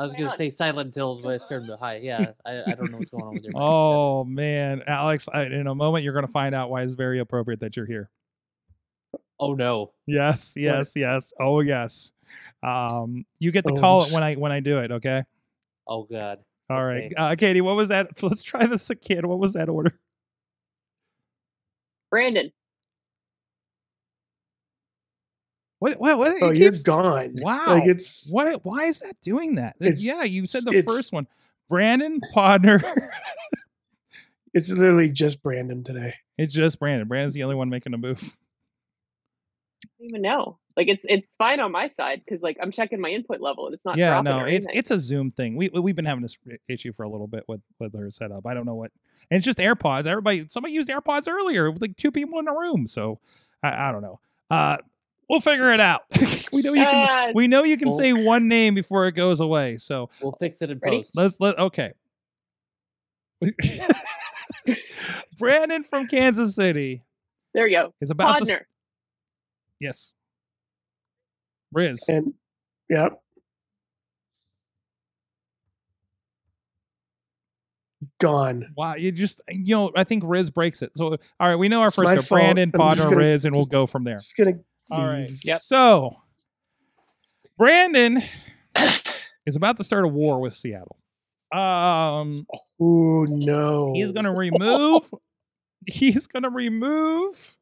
S9: Oh
S10: was gonna
S7: on?
S10: say silent until but it's turned to hi. Yeah, I, I don't know what's going on with your. mic.
S2: Oh man, Alex! I, in a moment, you're going to find out why it's very appropriate that you're here.
S10: Oh no.
S2: Yes, yes, yes. Oh yes. Um, you get to
S8: Oh,
S2: call
S8: s-
S2: it when I when I do it. Okay.
S10: Oh god.
S2: All right,
S10: Okay.
S2: uh, Katie. What was that? Let's try this again. What was that order?
S7: Brandon.
S2: What? What? what
S8: Oh,
S2: it
S8: you're
S2: keeps-
S8: gone.
S2: Wow.
S8: Like it's
S2: What? it- Why is that doing that? It-
S8: It's-
S2: yeah, you said the
S8: it's-
S2: first one. Brandon Podner.
S8: it's literally just Brandon today.
S2: it's just Brandon. Brandon's the only one making a move.
S7: I don't even know. Like it's it's fine on my side because like I'm checking my input level and it's not
S2: yeah,
S7: dropping
S2: no,
S7: or
S2: it's
S7: anything.
S2: it's a Zoom thing. We we- we've been having this i- issue for a little bit with with her setup. I don't know what, and it's just AirPods. Everybody, somebody used AirPods earlier with like two people in a room. So I, I don't know. Uh, we'll figure it out. we know you can.
S7: Ah,
S2: We know you can
S10: Well-
S2: say one name before it goes away. So
S10: We'll fix it in
S7: Ready?
S10: post.
S2: let's let okay. Brandon from Kansas City
S7: there you go.
S2: is about to s-
S7: Podner.
S2: yes. Riz,
S8: And yeah. Gone.
S2: Wow, you just you know, I think Riz breaks it. So all right, we know our
S8: It's
S2: first
S8: my
S2: go.
S8: fault.
S2: Brandon,
S8: I'm just
S2: Podner,
S8: gonna-
S2: Riz, and we'll
S8: just-
S2: go from there.
S8: Just gonna leave.
S2: All right.
S9: Yep.
S2: So Brandon is about to start a war with Seattle. Um
S8: Oh no.
S2: he's gonna remove he's gonna remove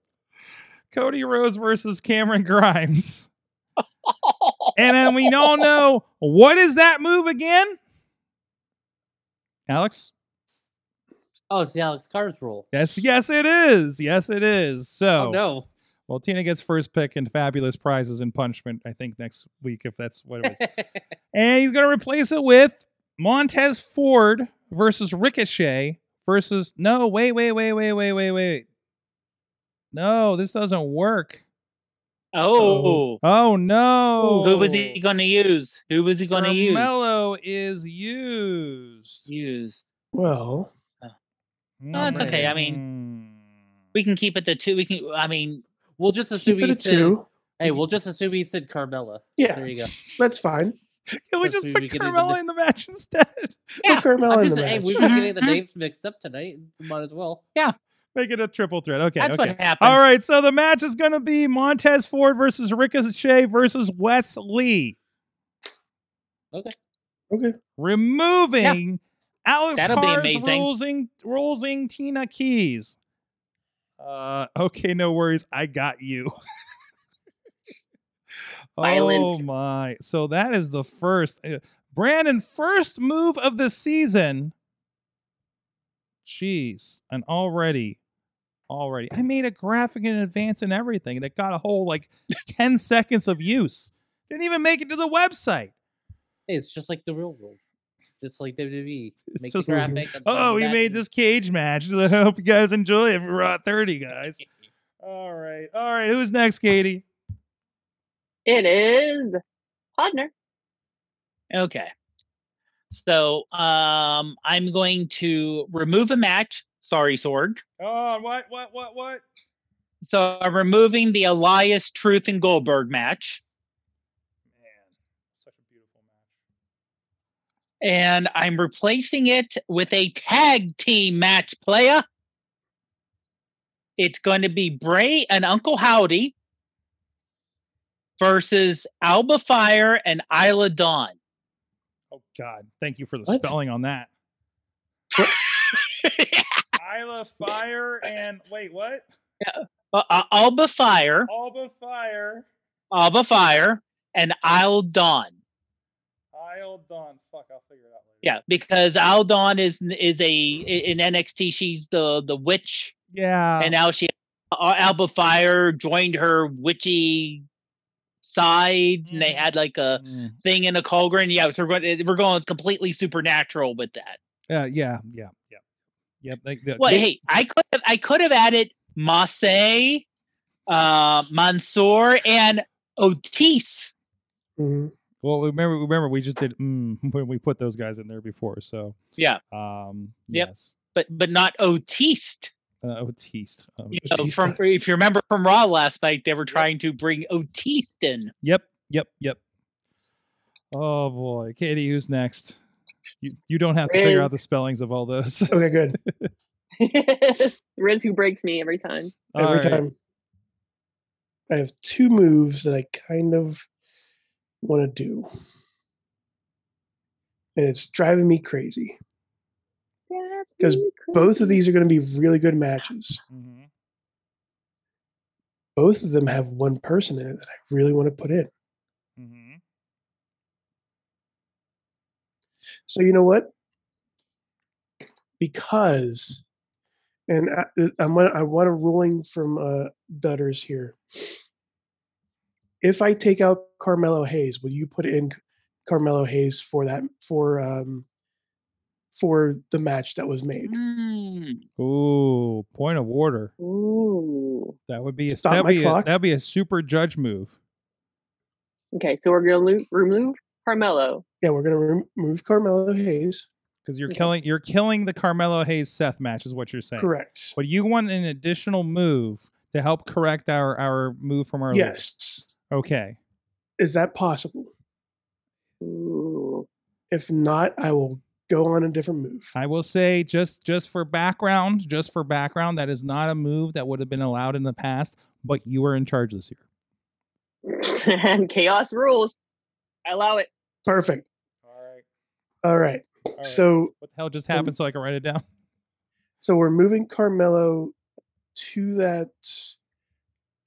S2: Cody Rose versus Cameron Grimes. And then we all know what is that move again? Alex?
S10: Oh, it's the Alex Cars rule.
S2: Yes, yes, it is. Yes, it is. So
S10: Oh no.
S2: Well, Tina gets first pick and fabulous prizes and punishment, I think, next week, if that's what it was. and he's going to replace it with Montez Ford versus Ricochet versus. No, wait, wait, wait, wait, wait, wait, wait. No, this doesn't work.
S9: Oh,
S2: Oh, no.
S9: who was he going to use? Who was he going to use?
S2: Carmelo is used. Mm,
S9: Use.
S8: well.
S9: Oh, it's okay. I We can keep it to two. We can. I mean,
S10: We'll just assume
S8: Keep it
S10: he
S8: a
S10: said.
S8: two.
S10: Hey, we'll just assume he said Carmella. There
S8: Yeah,
S10: you go.
S8: that's fine.
S2: Can we
S10: Just
S2: just
S10: so we
S2: put
S10: get into
S2: Carmelo
S10: the-
S2: in the match instead?
S8: Put Carmella
S10: I'm
S8: in
S10: just
S8: the
S10: hey,
S8: match.
S10: we've been getting the names mixed up tonight. Might as well.
S2: Make it a triple threat. Okay.
S9: that's
S2: okay.
S9: what happened.
S2: All right, so the match is going to be Montez Ford versus Ricochet versus Wesley,
S8: okay.
S2: removing Alex
S9: That'll be
S2: Carr's
S9: amazing.
S2: ruling, ruling Tina Keys. Uh, okay, no worries. I got you.
S7: Violence.
S2: Oh my! So that is the first uh, Brandon first move of the season. Jeez, and already, already, I made a graphic in advance and everything that got a whole like ten seconds of use. Didn't even make it to the website.
S10: Hey, it's just like the real world. Just like WWE.
S2: It's
S10: Make
S2: just
S10: the
S8: like-
S10: graphic. and put
S2: Oh,
S10: the
S2: we
S10: match
S2: made
S10: in.
S2: this cage match. I hope you guys enjoy it for Raw 30, guys. All right. All right. Who's next, Katie?
S7: It is Podner.
S9: Okay. So um, I'm going to remove a match. Sorry, Sorg.
S2: Oh, what, what, what, what?
S9: So I'm removing the Elias Truth and Goldberg match,
S2: Man, such a beautiful match.
S9: and I'm replacing it with a tag team match player. It's going to be Bray and Uncle Howdy versus Alba Fire and Isla Dawn.
S2: Oh, God. Thank you for the
S8: What?
S2: spelling on that. Isla Fire and wait, what?
S9: Uh, uh, Alba Fire,
S2: Alba Fire,
S9: Alba Fire, and Isle Dawn.
S2: Isle Dawn. Fuck, I'll figure it out.
S9: Yeah, because Isle Dawn is is a in NXT she's the the witch,
S2: Yeah.
S9: and now she uh, Alba Fire joined her witchy side, and
S2: Mm.
S9: they had like a thing in a cauldron. Yeah, so we're going, we're going completely supernatural with that.
S2: Uh, yeah, yeah, yeah, yep. Like the,
S9: Well, hey, I could have I could have added Massey, uh, Mansoor, and oh, Otis.
S8: Mm-hmm.
S2: Well, remember, remember, we just did mm, when we put those guys in there before. So
S9: Yeah.
S2: Um.
S9: Yep.
S2: Yes.
S9: But but not Otis.
S2: Uh, Otis. Um,
S9: You know, from if you remember from Raw last night, they were trying to bring Otis in.
S2: Yep. Yep. Yep. Oh boy, Katie, who's next? You you don't have to figure out the
S7: Riz.
S2: spellings of all those.
S8: Okay, good.
S7: Riz who breaks me every time.
S8: Every
S2: All right.
S8: time. I have two moves that I kind of want to do. And it's driving me crazy because both of these are going to be really good matches.
S10: Mm-hmm.
S8: Both of them have one person in it that I really want to put in.
S2: Mm-hmm.
S8: So, you know what? Because, and I, I'm gonna, I want a ruling from uh, Dutters here. If I take out Carmelo Hayes, will you put in Carmelo Hayes for that for um for the match that was made?
S2: Ooh, point of order.
S7: Ooh.
S2: That would be a,
S8: Stop
S2: that'd
S8: my
S2: be a,
S8: clock.
S2: that'd be a super judge move.
S7: Okay, so we're going to remove Carmelo.
S8: Yeah, we're gonna rem- remove Carmelo Hayes.
S2: Because you're
S8: Mm-hmm.
S7: Okay.
S2: killing you're killing the Carmelo Hayes Seth match is what you're saying.
S8: Correct.
S2: But you want an additional move to help correct our our move from earlier.
S8: Yes.
S2: Okay.
S8: Is that possible?
S7: Ooh.
S8: If not, I will go on a different move.
S2: I will say just just for background, just for background, that is not a move that would have been allowed in the past, but you were in charge this year.
S7: and chaos rules. I allow it.
S8: Perfect.
S2: All right.
S8: All right.
S2: All right.
S8: So
S2: what the hell just happened so I can write it down?
S8: So we're moving Carmelo to that.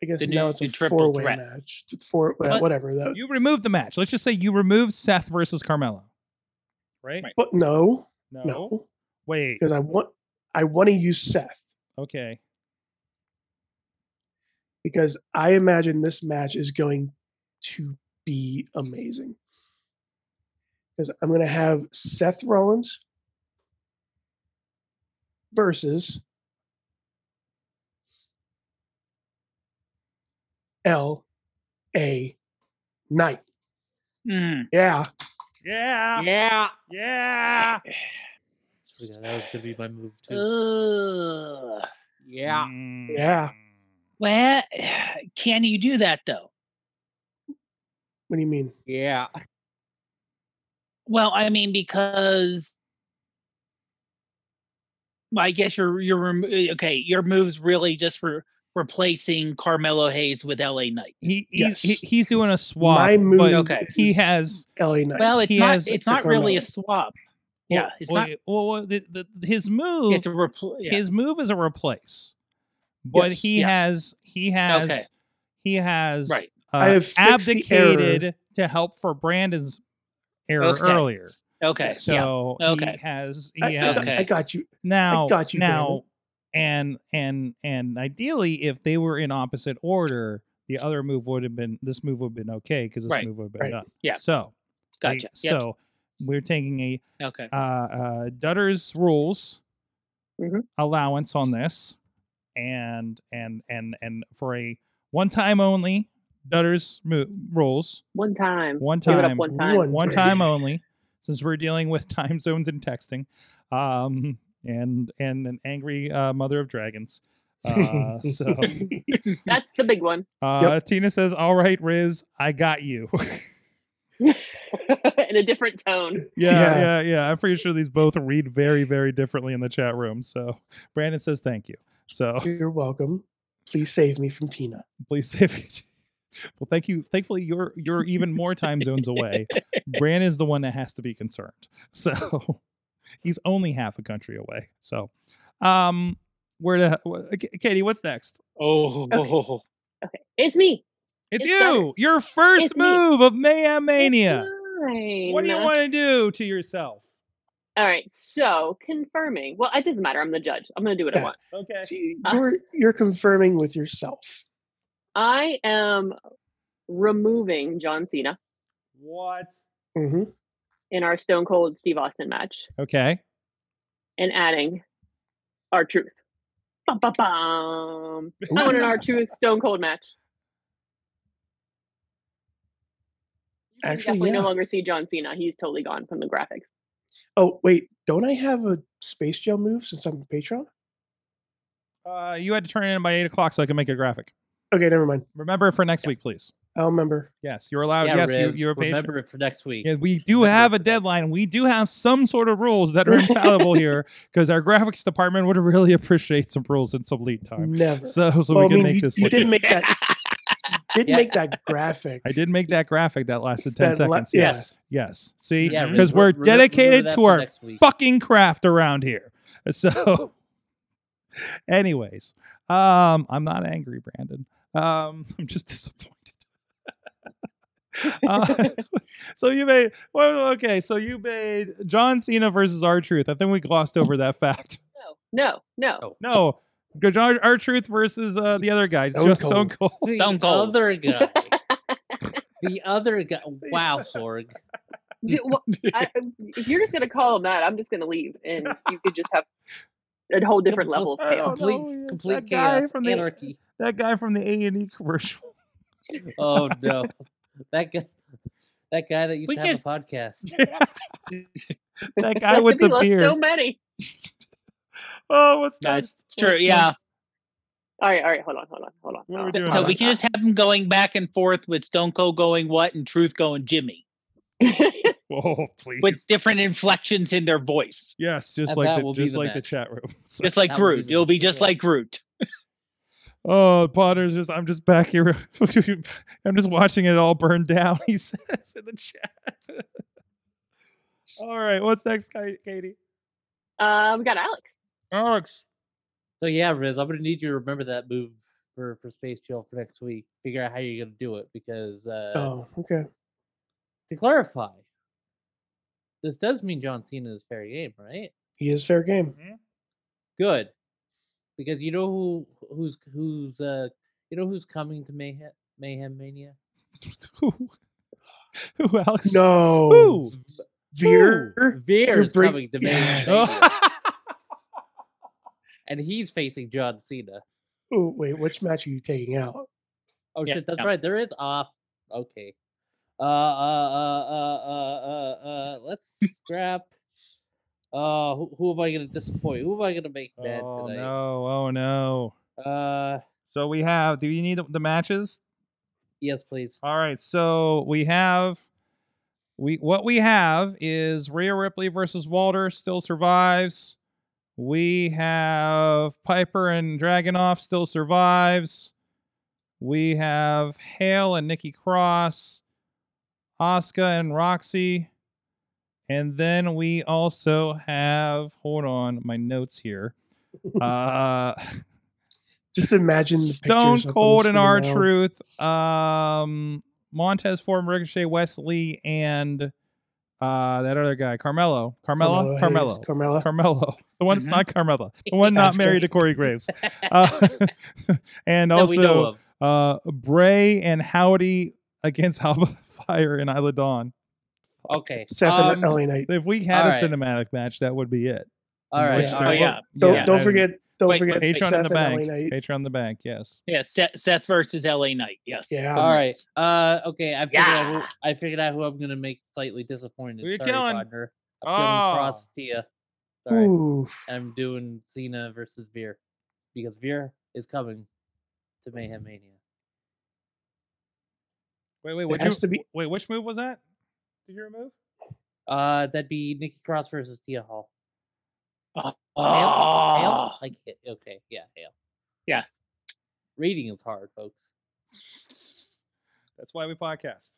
S8: I guess
S9: The
S8: now
S9: new-
S8: it's a
S9: the triple
S8: four-way
S9: threat.
S8: match. It's four, well,
S2: But
S8: whatever. That,
S2: You removed the match. Let's just say you removed Seth versus Carmelo. Right?
S8: but no,
S2: No.
S8: no,
S2: Wait.
S8: because I want I want to use Seth
S2: Okay.
S8: because I imagine this match is going to be amazing. Because I'm going to have Seth Rollins versus L. A. Knight.
S9: Mm.
S8: Yeah.
S2: Yeah.
S10: Yeah.
S2: Yeah.
S10: Yeah, that was gonna be my move
S9: Uh,
S10: too.
S9: Ugh.
S10: Yeah.
S2: Mm.
S8: Yeah.
S9: Well, can you do that though?
S8: What do you mean?
S10: Yeah.
S9: Well, I mean because well, I guess you're you're remo- eh, okay. Your moves really just for replacing Carmelo Hayes with L.A. Knight.
S2: He, he's,
S8: Yes.
S2: he he's doing a swap.
S8: My move
S2: but
S9: Okay.
S2: He
S8: is
S2: has
S8: LA Knight.
S9: Well, it's
S2: He
S9: not
S2: has
S9: it's
S8: the
S9: not really a
S8: Carmelo.
S9: swap. yeah, it's
S2: well,
S9: not.
S2: Well, well, the, the, his move
S9: It's a repl- yeah.
S2: his move is a replace, but
S8: Yes.
S2: he
S9: Yeah.
S2: has he has he has
S9: Right.
S2: uh,
S8: I have fixed the error.
S2: abdicated to help for Brandon's error
S9: Okay.
S2: earlier.
S9: Okay. Yeah.
S2: So
S9: Okay.
S2: he has he
S8: I, I
S2: has
S8: got- I got you.
S2: now
S8: got you,
S2: now and and and ideally if they were in opposite order the other move would have been this move would have been okay because this
S9: Right.
S2: move would have been
S8: Right.
S2: done
S9: Yeah.
S2: so we-
S9: Gotcha. Yep.
S2: so we're taking a
S9: Okay.
S2: uh, uh, Dutter's rules
S7: Mhm.
S2: allowance on this, and and and and for a one time only Dutter's mo- rules,
S7: One time.
S2: one
S7: Give it
S2: time,
S7: up one time.
S8: One
S2: one
S8: time.
S2: time only, since we're dealing with time zones and texting, um, and and an angry uh, mother of dragons. Uh, so
S7: That's the big one.
S2: uh, Tina says, "All right, Riz, I got you."
S7: In a different tone.
S2: Yeah,
S8: Yeah.
S2: yeah, yeah, I'm pretty sure these both read very, very differently in the chat room. So Brandon says thank you. So
S8: You're welcome. Please save me from Tina.
S2: please save it. Well, thank you. Thankfully, you're you're even more time zones away. Brandon's the one that has to be concerned. So He's only half a country away. So, um, where to, wh- K- Katie? What's next?
S9: Oh,
S7: Okay, it's me.
S2: it's,
S7: It's
S2: you.
S7: Gutters.
S2: Your first
S7: It's me.
S2: move of Mayhem Mania. What do you
S7: Fine.
S2: want to do to yourself?
S7: All right, so confirming. Well, it doesn't matter. I'm the judge. I'm going to do what I
S8: Yeah.
S7: want. Uh,
S2: Okay.
S7: Ah.
S8: You're you're confirming with yourself.
S7: I am removing John Cena
S2: What?
S8: hmm
S7: in our Stone Cold Steve Austin match
S2: Okay.
S7: and adding our truth. Bum, bum, bum. I want an our truth Stone Cold match. You can
S8: Actually,
S7: definitely
S8: yeah.
S7: no longer see John Cena. He's totally gone from the graphics.
S8: Oh wait, don't I have a space jail move since I'm a Patreon?
S2: Uh, you had to turn it in by eight o'clock so I can make a graphic.
S8: Okay, never mind.
S2: Remember it for next week, please.
S8: I'll remember.
S2: Yes, you're allowed.
S10: Yeah,
S2: yes, you,
S10: Riz,
S2: you're a patron.
S10: remember it for next week.
S2: Yes, we do have a deadline. We do have some sort of rules that are infallible here because our graphics department would really appreciate some rules and some lead time.
S8: Never.
S2: So, so
S8: Well,
S2: we
S8: I
S2: can
S8: mean,
S2: make
S8: you,
S2: this.
S8: you
S2: look
S8: did
S2: good.
S8: make that. Did
S10: Yeah.
S8: make that graphic.
S2: I did make that graphic that lasted ten
S8: That la-
S2: seconds.
S8: yeah.
S2: yes, yes. See,
S10: Yeah, re-
S2: because
S10: re-
S2: we're
S10: remember
S2: dedicated
S10: that
S2: to
S10: for
S2: our
S10: next week.
S2: fucking craft around here. So, anyways, um, I'm not angry, Brandon. Um, I'm just disappointed. Uh, so you made well, okay. So you made John Cena versus R Truth. I think we glossed over that fact.
S7: No, no.
S10: No.
S2: No, R Truth versus uh, the other guy,
S8: Stone
S2: just Stone Cold.
S10: The
S9: Stone Cold.
S10: other guy. the other guy. Wow, Sorg.
S7: Do, well, I, if you're just going to call him that, I'm just going to leave, and you could just have a whole different level of
S2: I
S7: chaos.
S2: don't
S10: Complete,
S2: know, yes,
S10: complete
S2: that guy
S10: chaos,
S2: from the-
S10: anarchy.
S2: That guy from the A and E commercial.
S10: Oh no, that guy, that guy that used
S9: We
S10: to have
S9: just-
S10: a podcast.
S2: that guy with
S7: He
S2: the
S7: lost
S2: beard.
S7: so many.
S2: oh, what's
S9: That's
S2: next?
S9: true.
S2: What's
S9: Yeah.
S2: next?
S7: All right, all right, hold on, hold on, hold on.
S2: What are
S7: hold
S2: we
S7: on,
S2: doing
S7: hold
S9: So
S7: on.
S9: we can just have him going back and forth with Stone Cold going what and Truth going Jimmy
S2: Whoa, please.
S9: with different inflections in their voice.
S2: yes, just
S10: That
S2: like the
S10: will be
S2: just
S10: the
S2: like the
S10: match.
S2: chat room. So-
S9: Just like
S10: That would be
S9: Groot.
S10: the
S9: It'll be
S10: match,
S9: just
S10: yeah.
S9: like Groot.
S2: oh, Potter's just I'm just back here. I'm just watching it all burn down. He says in the chat. all right, what's next, Ki- Katie?
S7: Uh, we got Alex.
S2: Alex.
S10: So yeah, Riz, I'm gonna need you to remember that move for for Space Jail for next week. Figure out how you're gonna do it because uh,
S8: Oh, okay.
S10: to clarify, this does mean John Cena is fair game, right?
S8: He is fair game.
S10: mm-hmm. Good, because you know who who's who's uh you know who's coming to Mayhem Mayhem Mania.
S2: Who? Who, Alex?
S8: No.
S2: Who?
S8: Veer.
S10: Veer
S8: You're
S10: is
S8: bring-
S10: coming to Mayhem
S2: Oh.
S8: Yes.
S10: Mania, and he's facing John Cena.
S8: Oh wait, which match are you taking out?
S10: Oh
S9: Yeah,
S10: shit, that's
S9: yeah.
S10: right. There is off. Okay. Uh, uh, uh, uh, uh, uh, uh let's scrap. Uh, who, who am I gonna disappoint? Who am I gonna make mad
S2: oh
S10: tonight?
S2: no! Oh no!
S10: Uh,
S2: So we have. Do you need the, the matches?
S10: yes, please.
S2: All right, so we have we what we have is Rhea Ripley versus Walter still survives. We have Piper and Dragonoff still survives. We have Hale and Nikki Cross, Asuka and Roxy. And then we also have hold on my notes here. Uh
S8: Just imagine the
S2: Stone
S8: pictures up on the
S2: Cold
S8: screen
S2: and R
S8: now.
S2: Truth, um, Montez Ford, Ricochet, Wesley, and uh, that other guy, Carmelo, Carmella,
S8: Carmelo Hayes,
S2: Carmelo,
S8: Carmella.
S2: Carmelo, the one that's
S10: Mm-hmm.
S9: Mhm.
S2: not Carmella, the one not
S8: Asuka.
S2: married to Corey Graves, uh, and
S10: that we know
S2: also
S10: of.
S2: uh, Bray and Howdy against Alba Fire and Isla Dawn.
S10: Okay.
S8: Seth
S10: um,
S8: and LA Knight.
S2: If we had a
S10: Alright.
S2: cinematic match, that would be it.
S10: all right.
S2: which
S10: all
S2: there
S9: Oh
S10: right.
S9: yeah.
S8: Don't,
S2: yeah,
S8: don't
S2: I-
S8: forget, don't
S9: Wait,
S8: forget
S9: wait,
S2: Patreon
S8: Seth
S2: in the
S8: and LA
S2: bank,
S8: Knight.
S2: Patreon in the bank, yes.
S9: Yeah, Seth, Seth versus LA Knight. Yes.
S8: Yeah.
S10: All right. Uh, okay. I figured out.
S9: Yeah.
S10: Who, I figured out who I'm gonna make slightly disappointed.
S2: You're
S10: Sorry,
S2: killing-
S10: partner. I'm
S2: Ah.
S10: killing Cross Tia. Sorry.
S8: Ooh,
S10: I'm doing Cena versus Veer because Veer is coming to Mayhem Mania.
S2: Wait, wait,
S8: It
S2: what you,
S8: has to be-
S2: wait, which move was that? Did you remove?
S10: Uh, that'd be Nikki Cross versus Tia Hall. Hale?
S9: Oh.
S10: Like, it- okay, yeah, Hale.
S9: Yeah.
S10: Reading is hard, folks.
S2: That's why we podcast.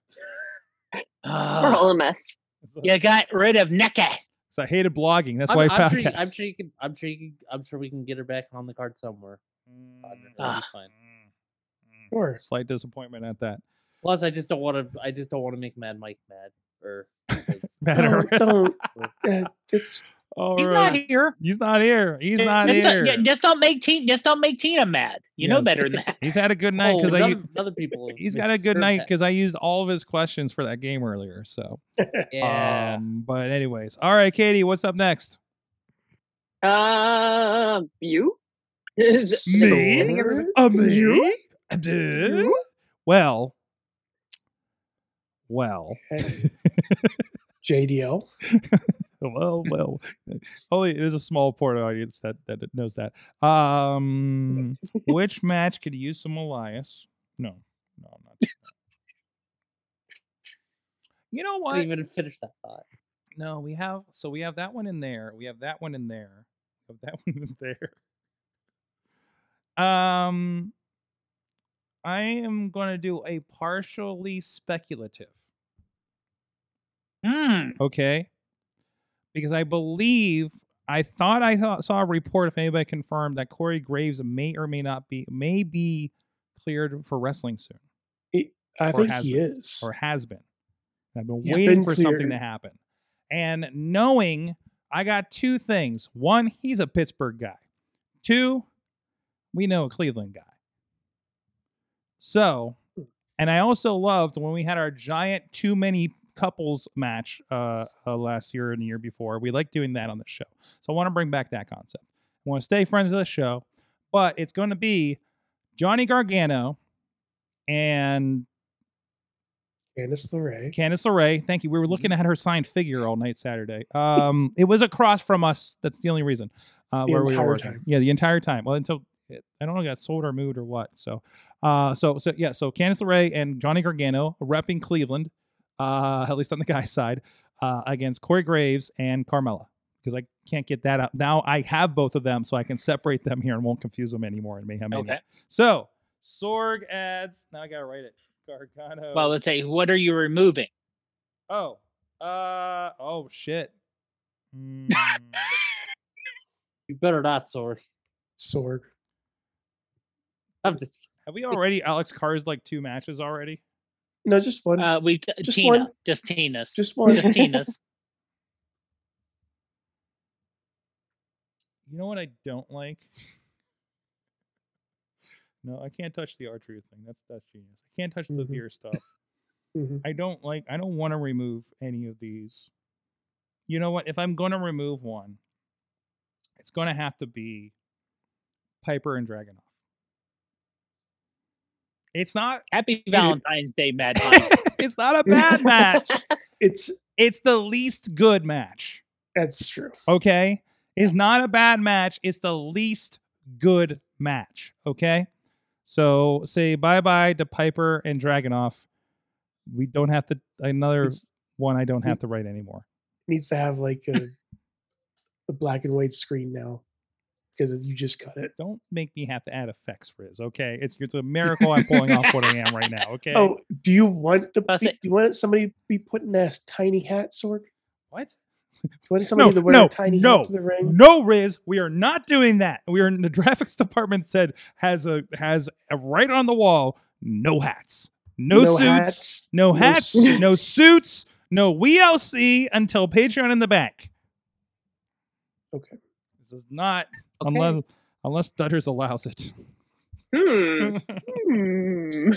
S7: We're
S9: Ah.
S7: all a mess.
S2: That's what-
S9: You got rid of NECA.
S2: So I hated blogging. That's
S10: I'm,
S2: why I
S10: I'm
S2: podcast.
S10: sure, you, I'm sure you can. I'm sure you can. I'm sure we can get her back on the card somewhere.
S2: Ah.
S8: Sure.
S2: Slight disappointment at that.
S10: Plus, I just don't want to. I just don't want to make Mad Mike mad. Or it's-
S2: Better.
S8: No, don't. Uh, it's
S2: All
S9: He's not
S2: right.
S9: here.
S2: He's not here. He's not
S9: just
S2: here.
S9: Don't, just don't make Tina. Just don't make Tina mad. You know
S2: Yes.
S9: better than that.
S2: He's had a good night
S10: Oh,
S2: because I.
S10: another,
S2: u-
S10: another people. have
S2: He's
S10: made
S2: got a good
S10: her
S2: night
S10: mad.
S2: because I used all of his questions for that game earlier. So,
S10: Yeah.
S2: um, but anyways, all right, Katie, what's up next?
S7: Um, you? Is-
S2: Me?
S7: Thanksgiving, everybody?
S2: Uh, me?
S7: You?
S2: Uh, duh. Well, well,
S8: JDL.
S2: well, well. Only it is a small port audience that that knows that. Um, which match could use some Elias? No, no, I'm not. You know
S10: I
S2: what?
S10: didn't even finish that thought.
S2: No, we have so we have that one in there. We have that one in there. We have that one in there. Um I am gonna do a partially speculative.
S9: Hmm.
S2: Okay. Because I believe I thought I tho- saw a report if anybody confirmed that Corey Graves may or may not be may be cleared for wrestling soon.
S8: I
S2: Or
S8: think
S2: has
S8: he
S2: been.
S8: is.
S2: or has been. I've been
S8: He's
S2: waiting
S8: been
S2: for something to
S8: cleared.
S2: happen. And knowing I got two things. One, he's a Pittsburgh guy. Two, we know a Cleveland guy. So, and I also loved when we had our giant too many couples match uh, uh last year and the year before. We like doing that on the show. So I want to bring back that concept. I want to stay friends of the show, but it's going to be Johnny Gargano and
S8: Candice LeRae. Mm-hmm.
S2: Candice LeRae. Thank you. We were looking at her signed figure all night Saturday. Um, it was across from us. That's the only reason. Uh,
S8: The
S2: where we were
S8: entire
S2: working.
S8: time.
S2: Yeah, the entire time. Well, until it, I don't know, if it got sold or moved or what. So, uh, so so yeah. So Candice LeRae and Johnny Gargano repping Cleveland, uh, at least on the guy's side, uh, against Corey Graves and Carmella. Because I can't get that out now. I have both of them, so I can separate them here and won't confuse them anymore in Mayhem. Mania.
S9: Okay.
S2: So Sorg adds. Now I gotta write it. Gargano.
S9: Well, let's say, what are you removing?
S2: Oh. Uh oh shit. Mm,
S10: You better not, Sword.
S8: Sorg.
S10: I'm just.
S2: have we already Alex Carr's like two matches already?
S8: No, just one.
S9: Uh, we
S8: Just
S9: Tina.
S8: one.
S9: Just Tina's.
S8: just one.
S9: just Tina's.
S2: You know what I don't like? No, I can't touch the archery thing. That's that's genius. I can't touch the
S8: Mhm.
S2: beer stuff.
S8: Mhm.
S2: I don't like I don't want to remove any of these. You know what? If I'm gonna remove one, it's gonna have to be Piper and Dragonoff. It's not
S9: Happy Valentine's Day, Mad Mike.
S2: it's not a bad match.
S8: It's
S2: It's the least good match.
S8: that's true.
S2: Okay. It's not a bad match. It's the least good match. Okay. So say bye bye to Piper and Dragonoff. We don't have to another
S8: It's-
S2: one I don't have to write anymore.
S8: needs to have like a, a black and white screen now because you just cut it.
S2: Don't make me have to add effects, Riz. Okay. It's it's a miracle I'm pulling off what I am right now. Okay.
S8: Oh, do you want the?
S9: That's
S8: Do
S9: it.
S8: you want somebody to be put in a tiny hat, Sorg? Do
S2: what?
S8: you want somebody
S2: No,
S8: to wear
S2: no,
S8: a tiny
S2: no,
S8: hat to the ring?
S2: No, Riz, we are not doing that. We are the graphics department said has a has a right on the wall, no hats. No, suits.
S8: hats,
S2: No
S8: No
S2: hats,
S8: suits.
S2: no suits, no WLC until Patreon in the back.
S8: Okay.
S2: This is not
S10: Okay.
S2: unless unless Dutters allows it.
S7: Hmm. Hmm.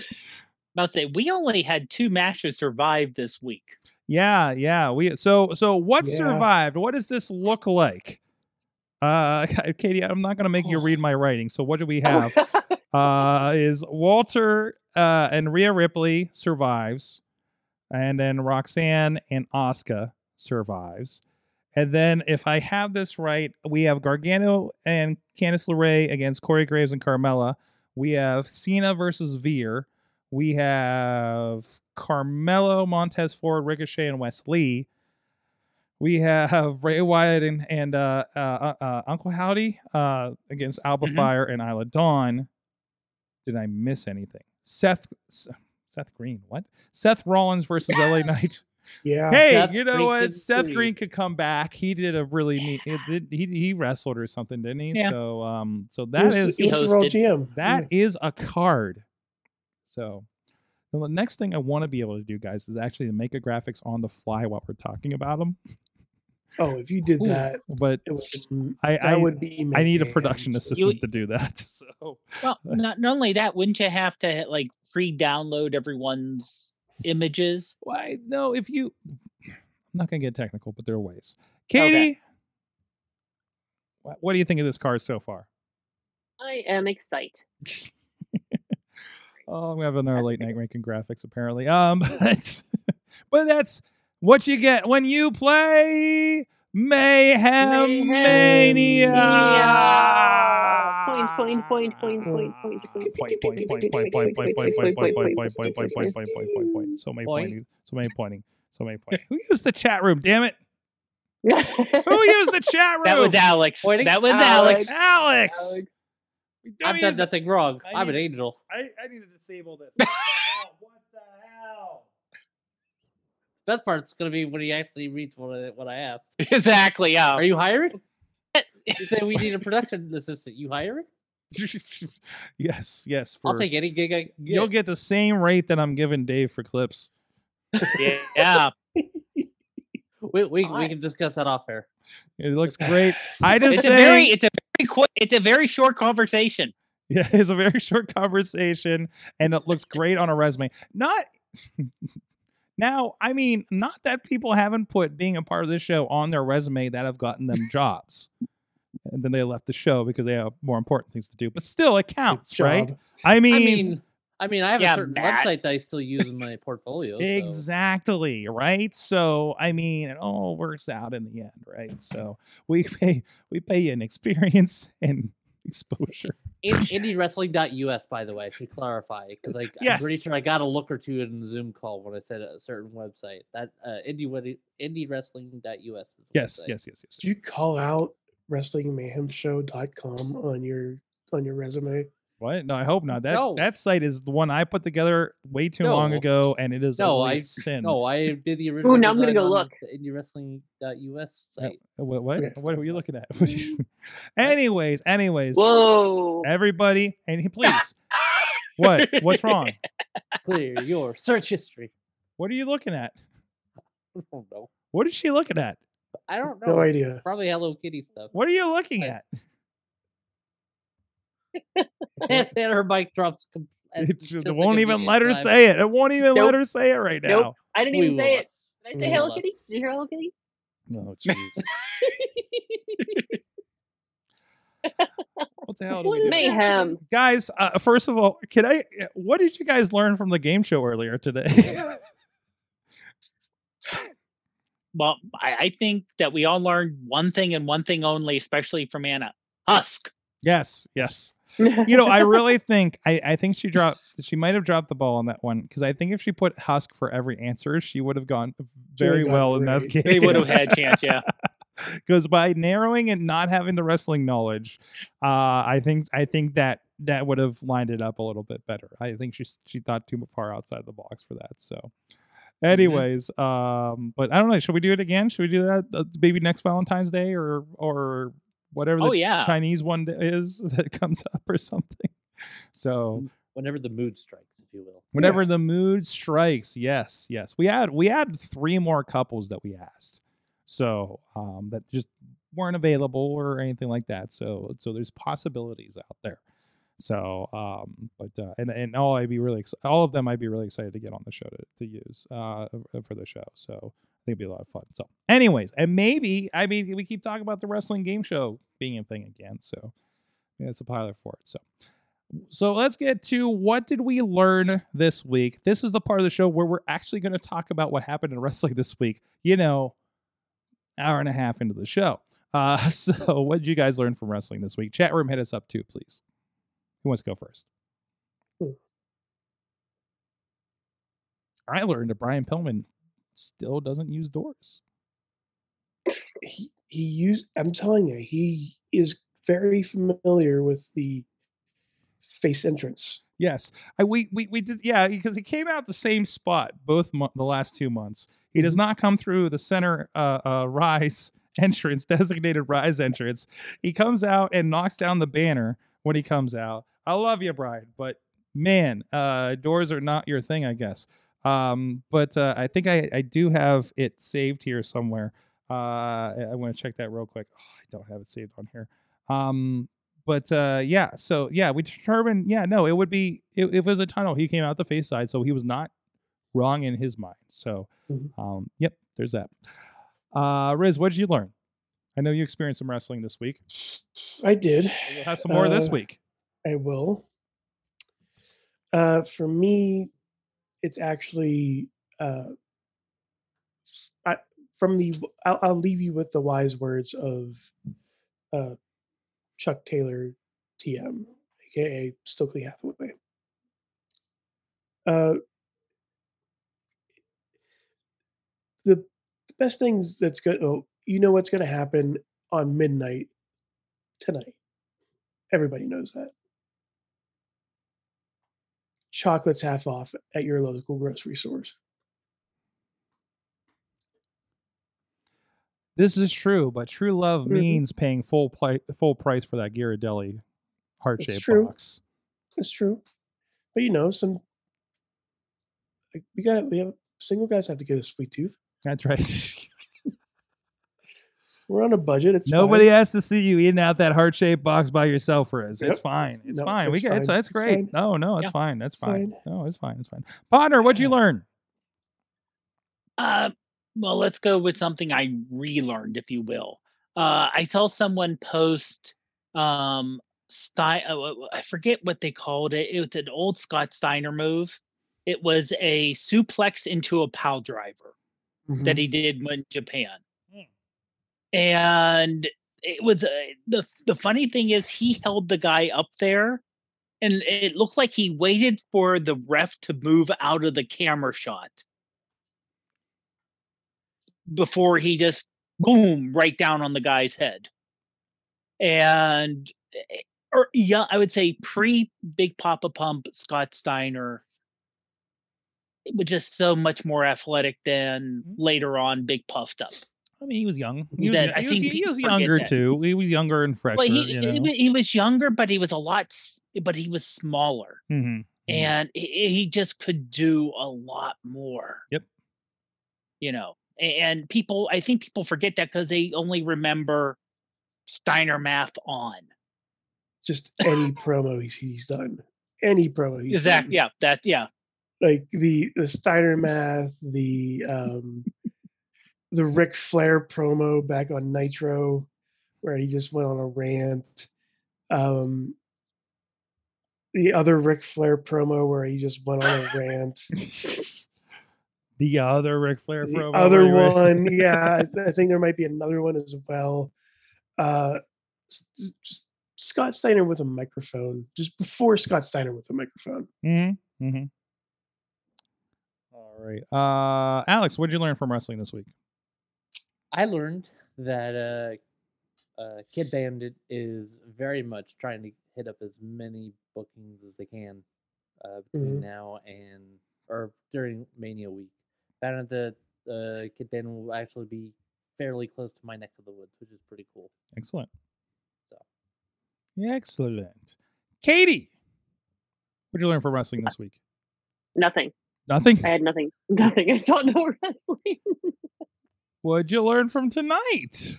S9: Must say we only had two matches survive this week.
S2: yeah, yeah. We so so what
S8: Yeah.
S2: survived? What does this look like? Uh Katie, I'm not gonna make you read my writing. So what do we have? uh, is Walter uh, and Rhea Ripley survives, and then Roxanne and Oscar survives, and then if I have this right, we have Gargano and Candice LeRae against Corey Graves and Carmella. We have Cena versus Veer. We have Carmelo, Montez Ford, Ricochet, and Wesley. We have Ray Wyatt and, and uh, uh, uh, uh, Uncle Howdy uh, against Alba
S9: Mhm.
S2: Fire and Isla Dawn. Did I miss anything? Seth S- Seth Green, what? Seth Rollins versus LA Knight
S8: Yeah.
S2: Hey,
S10: Seth
S2: you know
S10: freaking
S2: what? Seth
S10: Green.
S2: Green could come back. He did a really neat. It did, he he wrestled or something, didn't he?
S9: Yeah.
S2: So um, so that
S8: was-
S2: is
S8: he was a Raw Hosted. GM.
S2: That is a card. So the next thing I want to be able to do, guys, is actually to make a graphics on the fly while we're talking about them.
S8: Oh, if you did
S2: Ooh,
S8: that,
S2: but
S8: it would,
S2: I
S8: that
S2: I
S8: would be.
S2: I need a
S8: mayhem.
S2: production assistant to do that. So
S9: Well, not, not only that, wouldn't you have to like free download everyone's images?
S2: why no? If you, I'm not gonna get technical, but there are ways. Katie, wha- what do you think of this card so far?
S7: I am excited.
S2: Oh, I'm having our late night ranking graphics apparently. Um, but, but that's what you get when you play Mayhem, Mania.
S7: Point, point, point, point, point, point,
S2: uh,
S7: point,
S2: Point, point, point, point, point, point, point, point, point, point, point, point, point, point, point, point, point, point. So many
S10: Point.
S2: pointing, so many pointing, so many pointing. Who used the chat room? Damn it! Who used the chat room?
S9: That was Alex.
S10: Pointing
S9: that was
S10: Alex.
S9: Alex.
S2: Alex. We don't
S10: I've done
S2: use-
S10: nothing wrong.
S2: I
S10: I'm an
S2: need-
S10: angel.
S2: I, I need to disable this. What the hell? What the hell?
S10: The best part's gonna be when he actually reads what I, what I asked.
S9: exactly. Yeah.
S10: Are you hired? You say we need a production assistant. You hiring?
S2: yes, yes. For,
S10: I'll take any gig I can get.
S2: You'll get the same rate that I'm giving Dave for clips.
S9: yeah.
S10: We, we, we can discuss that off air.
S2: It looks great. I just
S9: It's a
S2: say
S9: very, it's a very quick, it's a very short conversation.
S2: yeah, it's a very short conversation, and it looks great on a resume. Not now. I mean, not that people haven't put being a part of this show on their resume that have gotten them jobs, and then they left the show because they have more important things to do. But still, it counts, right?
S8: job.
S2: I mean,
S10: I mean, I mean, I have
S9: Yeah,
S10: a certain
S9: Matt.
S10: website that I still use in my portfolio. so-
S2: Exactly, right? So I mean it all works out in the end, right? So we pay we pay you an experience and exposure.
S10: In, IndieWrestling.us, by the way, I should clarify because I I'm pretty
S2: Yes.
S10: sure I got a look or two in the Zoom call when I said a certain website. That uh, Indie Wedi- IndieWrestling.us is. the
S2: Yes,
S10: website.
S2: yes, yes, yes.
S8: Did you call out wrestlingmayhemshow.com on your on your resume?
S2: What? No, I hope not. That
S10: No.
S2: that site is the one I put together way too long
S10: No.
S2: ago and it is
S10: No,
S2: utterly a
S10: I
S2: sin.
S10: no, I did the original.
S7: now I'm gonna
S10: design
S7: go
S10: on
S7: look.
S10: The IndieWrestling.us
S2: Yeah.
S10: site.
S2: Uh, What what?
S8: Okay.
S2: What are you looking at? anyways, anyways,
S7: Whoa.
S2: everybody and he- please. what? What's wrong?
S10: Clear your search history.
S2: What are you looking at?
S10: I don't know.
S2: What is she looking at?
S10: I don't know.
S8: No idea.
S10: Probably Hello Kitty stuff.
S2: What are you looking
S10: I-
S2: at?
S10: and her mic drops. Com- at
S2: It
S10: just
S2: just
S10: a
S2: won't even
S10: convenient
S2: let her
S10: time.
S2: say it. It won't even let
S7: Nope.
S2: her say it right now.
S7: Nope. I didn't
S10: We
S7: even say
S10: will
S7: it. Did I say
S10: We
S7: Hello
S10: will
S7: Kitty?
S10: let's-
S7: Did you hear Hello Kitty?
S2: No, oh, jeez. what the hell did
S4: What
S2: we do?
S4: is that?
S7: Mayhem.
S2: Guys, uh, first of all, can I? uh, What did you guys learn from the game show earlier today?
S9: Well, I, I think that we all learned one thing and one thing only, especially from Anna. Husk.
S2: yes, yes. You know, I really think I, I think she dropped. She might have dropped the ball on that one because I think if she put Husk for every answer, she would have gone very
S8: done
S2: well in that
S8: great.
S2: game.
S9: They would have had a chance, yeah.
S2: because by narrowing and not having the wrestling knowledge, uh, I think I think that that would have lined it up a little bit better. I think she s- she thought too far outside the box for that. So,
S9: Mm-hmm.
S2: anyways, um, but I don't know. Should we do it again? Should we do that uh, maybe next Valentine's Day or or whatever the
S9: Oh, yeah.
S2: Chinese one d- is that comes up or something? So
S10: Whenever the mood strikes, if you will.
S2: whenever the mood strikes, yes, yes, we had we had three more couples that we asked so um, that just weren't available or anything like that. So so there's possibilities out there. So um, but uh, and and all I'd be really ex- all of them I'd be really excited to get on the show to, to use uh, for the show. So I think it'd be a lot of fun. So anyways, and maybe I mean we keep talking about the wrestling game show being a thing again. So yeah, it's a pilot for it. So. So let's get to what did we learn this week? This is the part of the show where we're actually going to talk about what happened in wrestling this week. You know, hour and a half into the show. Uh, so what did you guys learn from wrestling this week? Chat room, hit us up too, please. Who wants to go first?
S8: Ooh.
S2: I learned that Brian Pillman still doesn't use doors.
S8: He he used. I'm telling you, he is very familiar with the face entrance.
S2: Yes, I, we we we did. Yeah, because he came out the same spot both mo- the last two months. He does not come through the center uh, uh, rise entrance, designated rise entrance. He comes out and knocks down the banner when he comes out. I love you, Brian, but man, uh, doors are not your thing, I guess. Um, but uh, I think I, I do have it saved here somewhere. Uh, I, I want to check that real quick. Oh, I don't have it saved on here. Um, but uh, yeah, so yeah, we determined. Yeah, no, it would be it, if it was a tunnel. He came out the face side, so he was not wrong in his mind. So, um, yep, there's that. Uh, Riz, what did you learn? I know you experienced some wrestling this week.
S8: I did.
S2: We'll have some more this
S8: Uh,
S2: week.
S8: I will. Uh, for me, it's actually uh, I, from the. I'll, I'll leave you with the wise words of uh, Chuck Taylor, TM, aka Stokely Hathaway. Uh, the, the best things that's good. Oh, you know what's going to happen on midnight tonight. Everybody knows that. Chocolate's half off at your local grocery stores.
S2: This is true, but true love means paying full pli- full price for that Ghirardelli heart
S8: It's
S2: shaped
S8: true.
S2: box.
S8: It's true. But you know, some like, we got we have single guys have to get a sweet tooth.
S2: That's right.
S8: We're on a budget. It's
S2: Nobody
S8: fine.
S2: has to see you eating out that heart shaped box by yourself, Riz. It's
S8: Yep.
S2: fine. It's
S8: No,
S2: fine. we
S8: it's
S2: get it's
S8: fine.
S2: that's
S8: It's
S2: great.
S8: fine.
S2: No, no, it's
S9: Yeah.
S2: fine. That's
S8: It's
S2: fine.
S8: fine.
S2: No, it's fine. It's fine. Potter, what'd you learn?
S9: Uh, well, let's go with something I relearned, if you will. Uh, I saw someone post um, Stein. uh, uh, I forget what they called it. It was an old Scott Steiner move. It was a suplex into a pile driver that he did when Japan. And it was uh, the the funny thing is he held the guy up there, and it looked like he waited for the ref to move out of the camera shot before he just boom right down on the guy's head. And eh, or yeah, I would say pre Big Papa Pump Scott Steiner was just so much more athletic than
S2: Mm-hmm.
S9: later on Big Puffed Up.
S2: I mean, he was young. He was,
S9: That
S2: young-
S9: I
S2: he was,
S9: think
S2: he
S9: people
S2: was
S9: forget
S2: younger
S9: that.
S2: too. He was younger and fresher.
S9: Well, he
S2: you
S9: he-
S2: know?
S9: he, wa- he was younger, but he was a lot, s- but he was smaller,
S2: Mhm.
S9: and he, he just could do a lot more.
S2: Yep.
S9: You know, A- and people, I think people forget that because they only remember Steiner math on.
S8: Just any promo he's, he's done. Any promo he's done.
S9: Exactly. Yeah. That. Yeah.
S8: like the the Steiner math, the um the Ric Flair promo back on Nitro, where he just went on a rant. Um the other Ric Flair promo where he just went on a rant.
S2: The other Ric Flair
S8: the
S2: promo.
S8: other
S2: where he-
S8: one, yeah, I I think there might be another one as well. Uh s- s- s- Scott Steiner with a microphone, just before Scott Steiner with a microphone.
S2: Mm-hmm. Mm-hmm. All right. Uh, Alex, what did you learn from wrestling this week?
S10: I learned that uh, uh, Kid Bandit is very much trying to hit up as many bookings as they can uh, between
S8: Mhm.
S10: now and or during Mania week. Found out that uh, Kid Bandit will actually be fairly close to my neck of the woods, which is pretty cool.
S2: Excellent. Excellent. Katie, what did you learn from wrestling this week?
S7: Nothing.
S2: Nothing.
S7: I had nothing. Nothing. I saw no wrestling.
S2: What'd you learn from tonight?
S7: I-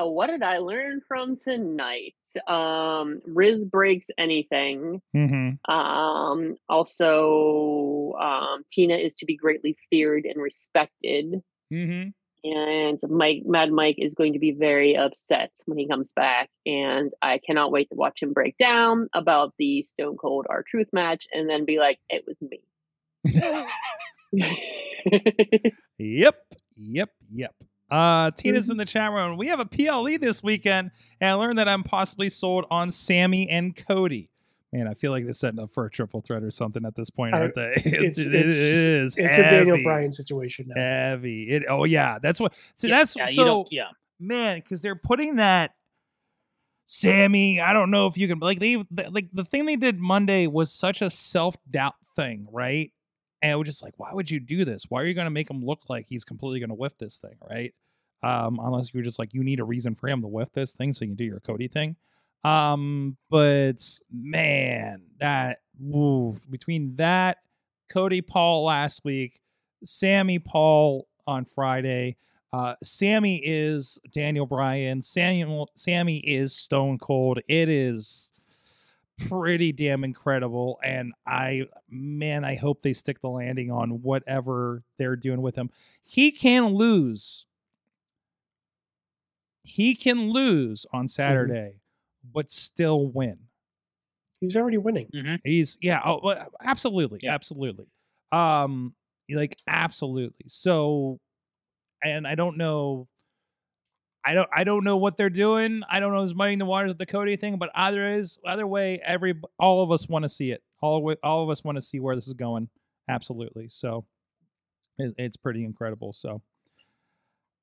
S7: uh, what did I learn from tonight? Um, Riz breaks anything.
S2: Mm-hmm.
S7: Um, also, um, Tina is to be greatly feared and respected.
S2: Mm-hmm.
S7: And Mike, Mad Mike, is going to be very upset when he comes back. And I cannot wait to watch him break down about the Stone Cold R Truth match and then be like, it was me.
S2: Yep. Yep. Yep. Uh,
S8: Mm-hmm.
S2: Tina's in the chat room. We have a PLE this weekend, and I learned that I'm possibly sold on Sammy and Cody. Man, I feel like they're setting up for a triple threat or something at this point,
S8: I-
S2: aren't they?
S8: It's,
S2: it
S8: it's,
S2: is
S8: it's a Daniel
S2: heavy,
S8: Bryan situation now.
S2: Heavy. It. Oh yeah, that's what. See,
S9: yeah,
S2: that's
S9: yeah, you
S2: so.
S9: don't- yeah.
S2: man, because they're putting that Sammy, I don't know if you can like they like the thing they did Monday was such a self doubt thing, right? And we're just like, why would you do this? Why are you going to make him look like he's completely going to whiff this thing, right? Um, unless you were just like, you need a reason for him to whiff this thing, so you can do your Cody thing. Um, but man, that ooh, between that Cody Paul last week, Sammy Paul on Friday. Uh, Sammy is Daniel Bryan. Samuel, Sammy is Stone Cold. It is pretty damn incredible. And I, man, I hope they stick the landing on whatever they're doing with him. He can lose. He can lose on Saturday, but still win.
S8: He's already winning.
S2: He's yeah, oh, well, absolutely, absolutely. Um, like absolutely. So, and I don't know. I don't. I don't know what they're doing. I don't know who's muddying the waters with the Cody thing, but either is either way, every all of us want to see it. All wi- all of us want to see where this is going. Absolutely. So, it, it's pretty incredible. So,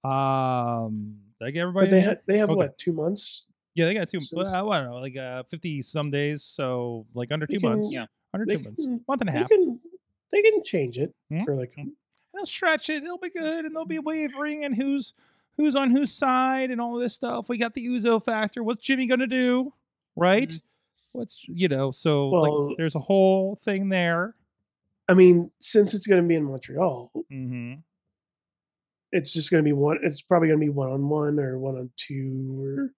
S2: um, did I get everybody.
S8: But they
S2: in
S8: ha-
S2: there?
S8: they have
S2: Okay.
S8: what two months?
S2: Yeah, they got two.
S8: So-
S2: well, I don't know, like uh, fifty some days, so like under
S8: They
S2: two months.
S8: can-
S2: Yeah, under
S8: they
S2: two months,
S8: can-
S2: month and a
S8: they
S2: half. Hmm?
S8: Can, they can change it for like
S2: They'll stretch it. It'll be good, and they'll be wavering, and who's who's on whose side, and all this stuff. We got the Uzo factor. What's Jimmy gonna do, right? What's you know? So
S8: Mm-hmm. Well-
S2: like, there's a whole thing there.
S8: I mean, since it's going to be in Montreal,
S2: Mm-hmm.
S8: it's just going to be one. It's probably going to be one on one or one on two or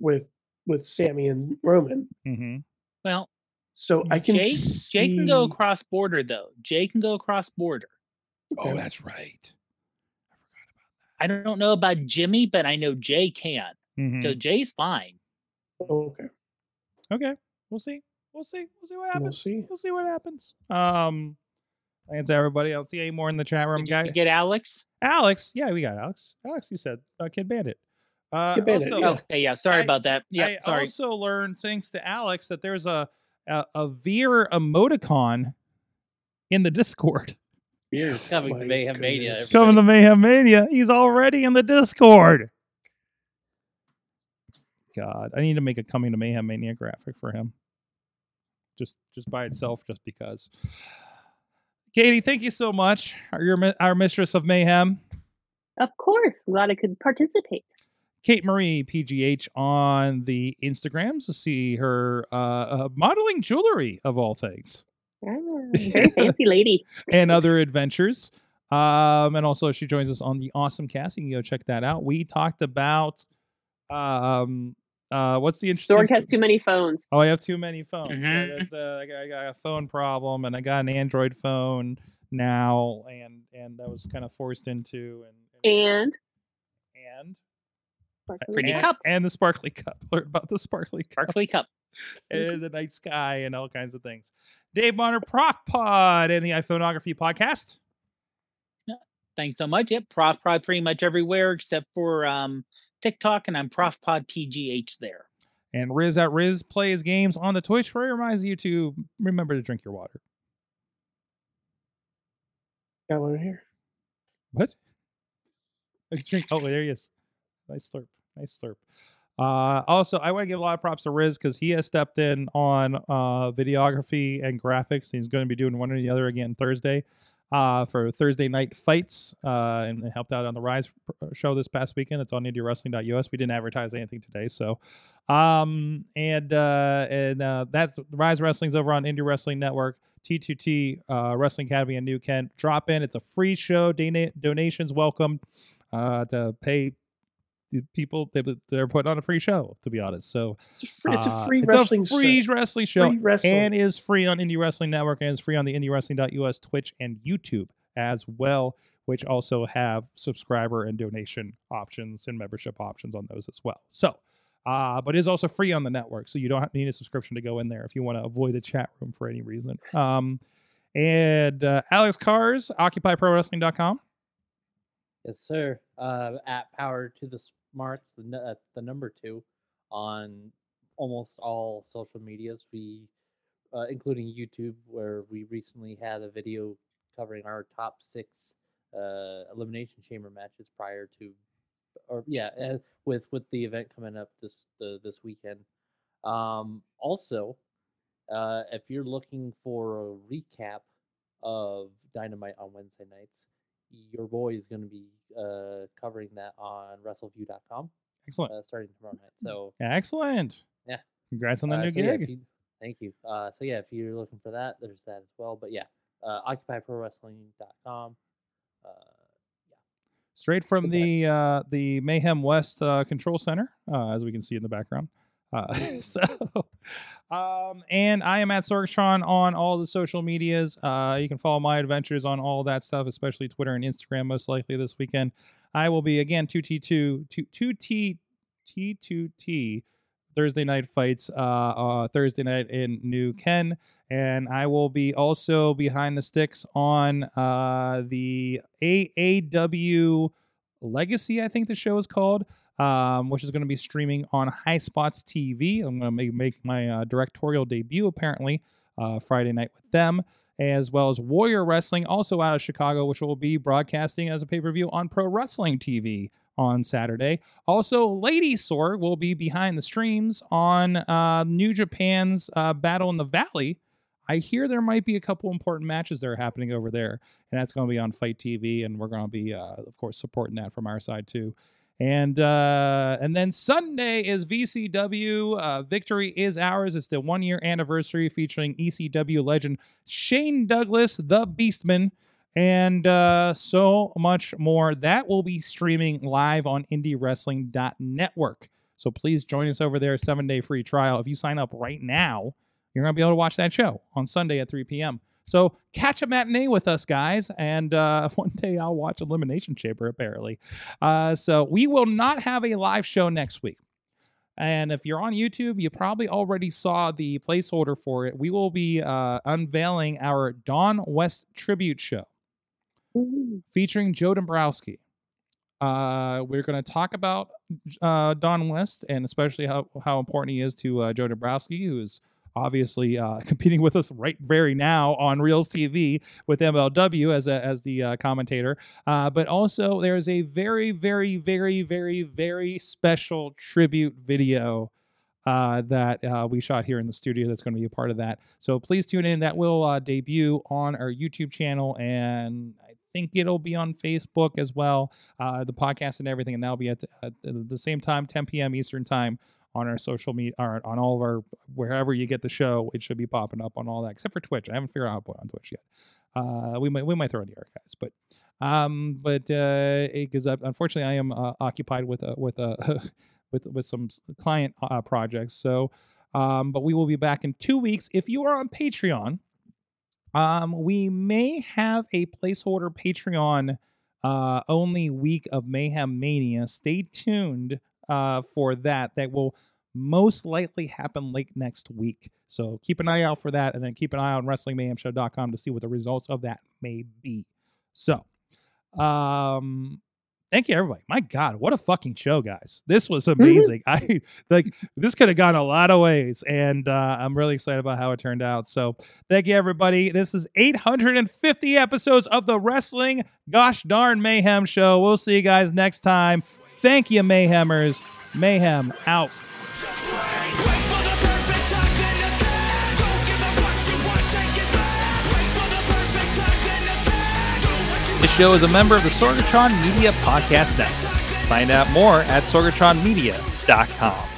S8: with with Sammy and Roman.
S2: Mm-hmm. Hmm.
S9: Well,
S8: So I can
S9: Jay, Jay can go
S8: see-
S9: across border though. Jay can go across border.
S8: Oh, Okay.
S2: that's right.
S9: I forgot about that. I don't know about Jimmy, but I know Jay can. So
S2: Mhm.
S9: Jay's fine.
S8: Okay.
S2: Okay, we'll see. We'll see. We'll see what happens.
S8: We'll see.
S2: We'll see what happens. Um, thanks everybody. I'll see any more in the chat room, guys.
S9: Get Alex.
S2: Alex, yeah, we got Alex. Alex, you said uh, Kid Bandit. Uh,
S9: Kid Bandit,
S2: also,
S9: yeah. Okay, yeah, sorry about that. Yeah,
S2: I
S9: sorry.
S2: also learned thanks to Alex that there's a a, a Veer emoticon in the Discord.
S10: He's coming to Mayhem Mania.
S2: It's coming
S10: everybody.
S2: to Mayhem Mania. He's already in the Discord. God, I need to make a coming to Mayhem Mania graphic for him. Just just by itself, just because. Katie, thank you so much. Our, your, mi- our mistress of mayhem.
S7: Of course, I'm glad I could participate.
S2: Kate Marie PGH on the Instagrams to see her uh, uh, modeling jewelry of all things
S7: Ah, very fancy lady.
S2: and other adventures. Um, and also she joins us on the awesome cast. You can go check that out. We talked about um, uh, what's the interesting
S7: Zorg has too many phones.
S2: Oh, I have too many phones. So
S7: Mhm.
S2: that's, uh, I, got, I got a phone problem, and I got an Android phone now, and and that was kind of forced into and
S7: And
S2: and
S9: Pretty
S2: and,
S9: cup.
S2: and the sparkly cup. Learn about the sparkly cup.
S9: Sparkly cup. Mm-hmm.
S2: and the night sky and all kinds of things. Dave Bonner, Prop Pod, and the iPhoneography Podcast.
S9: Thanks so much. Yep, Prof Pod pretty much everywhere except for um TikTok, and I'm Prof Pod PGH there.
S2: And Riz at Riz plays games on the Twitch where he reminds you to remember to drink your water.
S8: got one here.
S2: What? Like, drink- Oh, there he is. Nice slurp. Nice slurp. Uh, also, I want to give a lot of props to Riz because he has stepped in on uh, videography and graphics. He's going to be doing one or the other again Thursday uh, for Thursday night fights uh, and helped out on the Rise pr- uh, show this past weekend. It's on IndieWrestling.us. We didn't advertise anything today, so um, and uh, and uh, that's Rise Wrestling's over on Indie Wrestling Network. T2T uh, Wrestling Academy in New Kent. Drop in. It's a free show. Dona- donations welcome uh, to pay the people they, they're putting on a free show to be honest so
S8: it's a free, it's a
S2: uh,
S8: free
S2: it's
S8: wrestling
S2: a free
S8: show.
S2: wrestling show
S8: Free wrestling.
S2: and is free on indie wrestling network and is free on the indie wrestling.us twitch and youtube as well which also have subscriber and donation options and membership options on those as well so uh, but it is also free on the network so you don't have- need a subscription to go in there if you want to avoid the chat room for any reason um, and uh, alex cars occupyprowrestling.com
S10: Yes, sir. Uh, at Power to the Smarts, the, nu- uh, the number two on almost all social medias, we, uh, including YouTube, where we recently had a video covering our top six uh, Elimination Chamber matches prior to or yeah, uh, with with the event coming up this the, this weekend. Um, also, uh, if you're looking for a recap of Dynamite on Wednesday nights, your boy is going to be uh, covering that on WrestleView.com.
S2: Excellent.
S10: Uh, starting tomorrow night. So
S2: Excellent.
S10: Yeah.
S2: Congrats on the
S10: uh,
S2: new
S10: so yeah, if
S2: gig.
S10: you- thank you. Uh, so yeah, if you're looking for that, there's that as well. But yeah, uh, OccupyProWrestling.com. Uh,
S2: straight from the uh, the Mayhem West uh, Control Center, uh, as we can see in the background. Uh, so, um, and I am at Sorgatron on all the social medias. Uh, you can follow my adventures on all that stuff, especially Twitter and Instagram, most likely this weekend. I will be again 2T2, 2T, T2T Thursday night fights, uh, uh, Thursday night in New Ken. And I will be also behind the sticks on uh, the AAW Legacy, I think the show is called, um, which is going to be streaming on High Spots TV. I'm going to make, make my uh, directorial debut apparently uh, Friday night with them, as well as Warrior Wrestling, also out of Chicago, which will be broadcasting as a pay per view on Pro Wrestling TV on Saturday. Also, Lady Sword will be behind the streams on uh, New Japan's uh, Battle in the Valley. I hear there might be a couple important matches that are happening over there, and that's going to be on Fight TV, and we're going to be, uh, of course, supporting that from our side too. And uh, and then Sunday is VCW. Uh, Victory is ours. It's the one year anniversary featuring ECW legend Shane Douglas, the Beastman, and uh, so much more. That will be streaming live on IndieWrestling.network. So please join us over there. Seven day free trial. If you sign up right now, you're going to be able to watch that show on Sunday at 3 p.m. So catch a matinee with us, guys, and uh, one day I'll watch Elimination Chamber. Apparently, uh, so we will not have a live show next week. And if you're on YouTube, you probably already saw the placeholder for it. We will be uh, unveiling our Don West tribute show
S7: Mm-hmm.
S2: featuring Joe Dombrowski. Uh, we're going to talk about uh, Don West and especially how, how important he is to uh, Joe Dombrowski, who is obviously uh, competing with us right very now on Reels TV with MLW as a, as the uh, commentator. Uh, but also, there is a very, very, very, very, very special tribute video uh, that uh, we shot here in the studio that's going to be a part of that. So please tune in. That will uh, debut on our YouTube channel and I think it'll be on Facebook as well, uh, the podcast and everything. And that'll be at the, at the the same time, 10 p.m. Eastern time on our social media, or on all of our, wherever you get the show, it should be popping up on all that, except for Twitch. I haven't figured out how to put it on Twitch yet. Uh, we might we might throw it in the archives, but um, but because uh, unfortunately I am uh, occupied with a with a with with some s- client uh, projects. So, um, but we will be back in two weeks. If you are on Patreon, um, we may have a placeholder Patreon uh, only week of Mayhem Mania. Stay tuned uh, for that. That will most likely happen late next week. So keep an eye out for that, and then keep an eye on WrestlingMayhemShow.com to see what the results of that may be. So, um, thank you everybody. My God, what a fucking show, guys! This was amazing. I like this could have gone a lot of ways, and uh, I'm really excited about how it turned out. So, thank you everybody. This is 850 episodes of the Wrestling Gosh Darn Mayhem Show. We'll see you guys next time. Thank you, Mayhemers. Mayhem out. This show is a member of the Sorgatron Media Podcast Network. Find out more at sorgatronmedia.com.